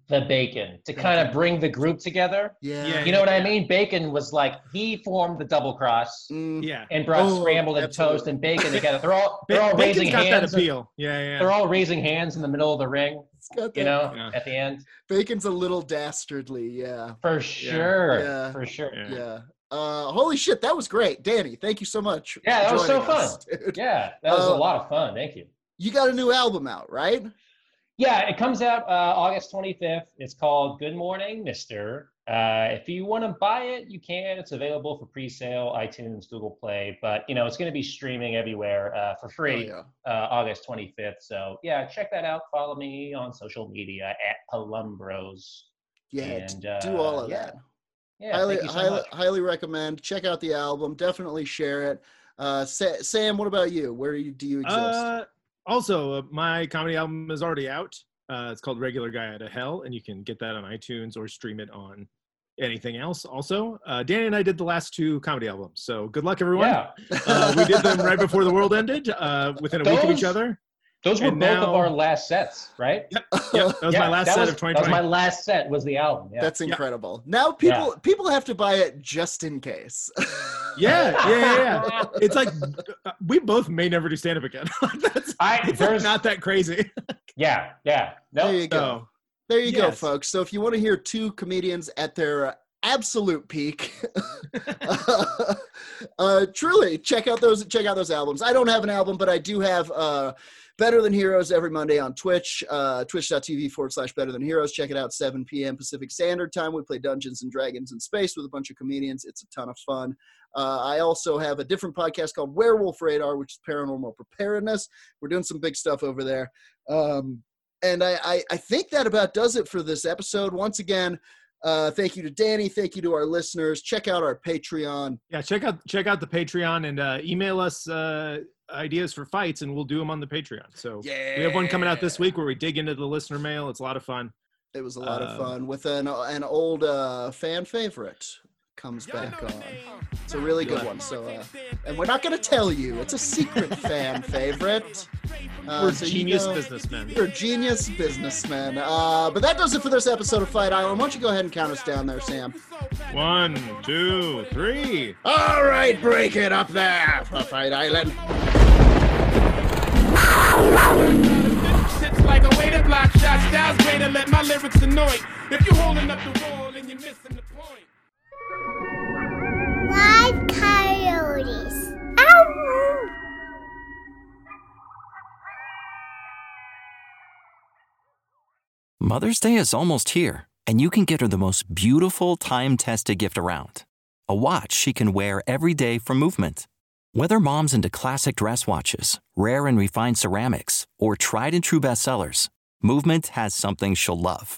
A: the bacon to kind of bring the group together.
B: Yeah. yeah
A: you know what I mean? Bacon was like, he formed the double cross.
C: Mm, yeah.
A: And brought oh, scrambled and absolutely. toast and bacon together. They're
C: <laughs>
A: all, they're all
C: Bacon's
A: raising hands.
C: appeal. Yeah, yeah.
A: They're all raising hands in the middle of the ring you know, yeah. at the end.
B: Bacon's a little dastardly, yeah.
A: For sure. Yeah. For sure.
B: Yeah. yeah. Uh, holy shit, that was great. Danny, thank you so much.
A: Yeah, that was so us, fun. Dude. Yeah, that was uh, a lot of fun. Thank you.
B: You got a new album out, right?
A: Yeah, it comes out uh, August 25th. It's called Good Morning, Mister. Uh, if you want to buy it, you can. It's available for pre sale, iTunes, Google Play, but you know, it's going to be streaming everywhere for free. Oh, uh, August 25th. So yeah, check that out. Follow me on social media at Palumbros.
B: Yeah, and, uh, do all of
A: yeah.
B: that.
A: Yeah,
B: highly,
A: so
B: highly, highly, recommend. Check out the album. Definitely share it. Uh, Sa- Sam, what about you? Where you, do you
C: Uh,
B: <laughs> exist?
C: also, uh, my comedy album is already out. Uh, it's called Regular Guy Out of Hell, and you can get that on iTunes or stream it on anything else also uh, danny and i did the last two comedy albums so good luck everyone
A: yeah.
C: uh, we did them right before the world ended uh, within a
A: those,
C: week of each other
A: those were and both now, of our last sets right
C: yep, yep that was yeah, my last
A: that
C: set
A: was,
C: of 2020
A: that was my last set was the album yeah.
B: that's incredible yep. now people people have to buy it just in case <laughs>
C: Yeah, yeah, yeah, yeah. It's like uh, we both may never do stand up again. <laughs> That's
A: <laughs> I-
C: it's like
A: there's-
C: not that crazy.
A: Yeah, <laughs> yeah.
B: There
A: No,
B: you go.
C: So,
B: There you go,
C: Yes.
B: folks. So if you want to hear two comedians at their uh, absolute peak, <laughs> uh, truly check out those check out those albums. I don't have an album, but I do have uh, Better Than Heroes every Monday on Twitch, uh, twitch.tv forward slash Better Than Heroes. Check it out, 7 p.m. Pacific Standard Time. We play Dungeons and Dragons in space with a bunch of comedians. It's a ton of fun. Uh, I also have a different podcast called Werewolf Radar, which is paranormal preparedness. We're doing some big stuff over there. Um, and I, I, I think that about does it for this episode. Once again, uh, thank you to Danny. Thank you to our listeners. Check out our Patreon.
C: yeah, check out check out the Patreon and uh, email us uh, ideas for fights, and we'll do them on the Patreon. So
B: Yeah,
C: we have one coming out this week where we dig into the listener mail. It's a lot of fun.
B: It was a lot of
C: Um,
B: fun with an an old uh, fan favorite comes back on. It's a really good
C: Yeah.
B: one. So, uh, and we're not gonna tell you. It's a secret fan favorite. Uh,
C: We're
B: so you
C: genius
B: know-
C: businessmen.
B: You're a genius businessman. Uh, but that does it for this episode of Fight Island. Why don't you go ahead and count us down there, Sam?
C: One, two, three.
B: All right, break it up there for Fight Island.
D: Sits like a way to block shots. Styles way to let my lyrics annoy. If you holding up the wall and you're missing the point.
E: Live coyotes. Ow!
F: Mother's Day is almost here, and you can get her the most beautiful time tested gift around a watch she can wear every day from movement. Whether mom's into classic dress watches, rare and refined ceramics, or tried and true bestsellers, Movement has something she'll love.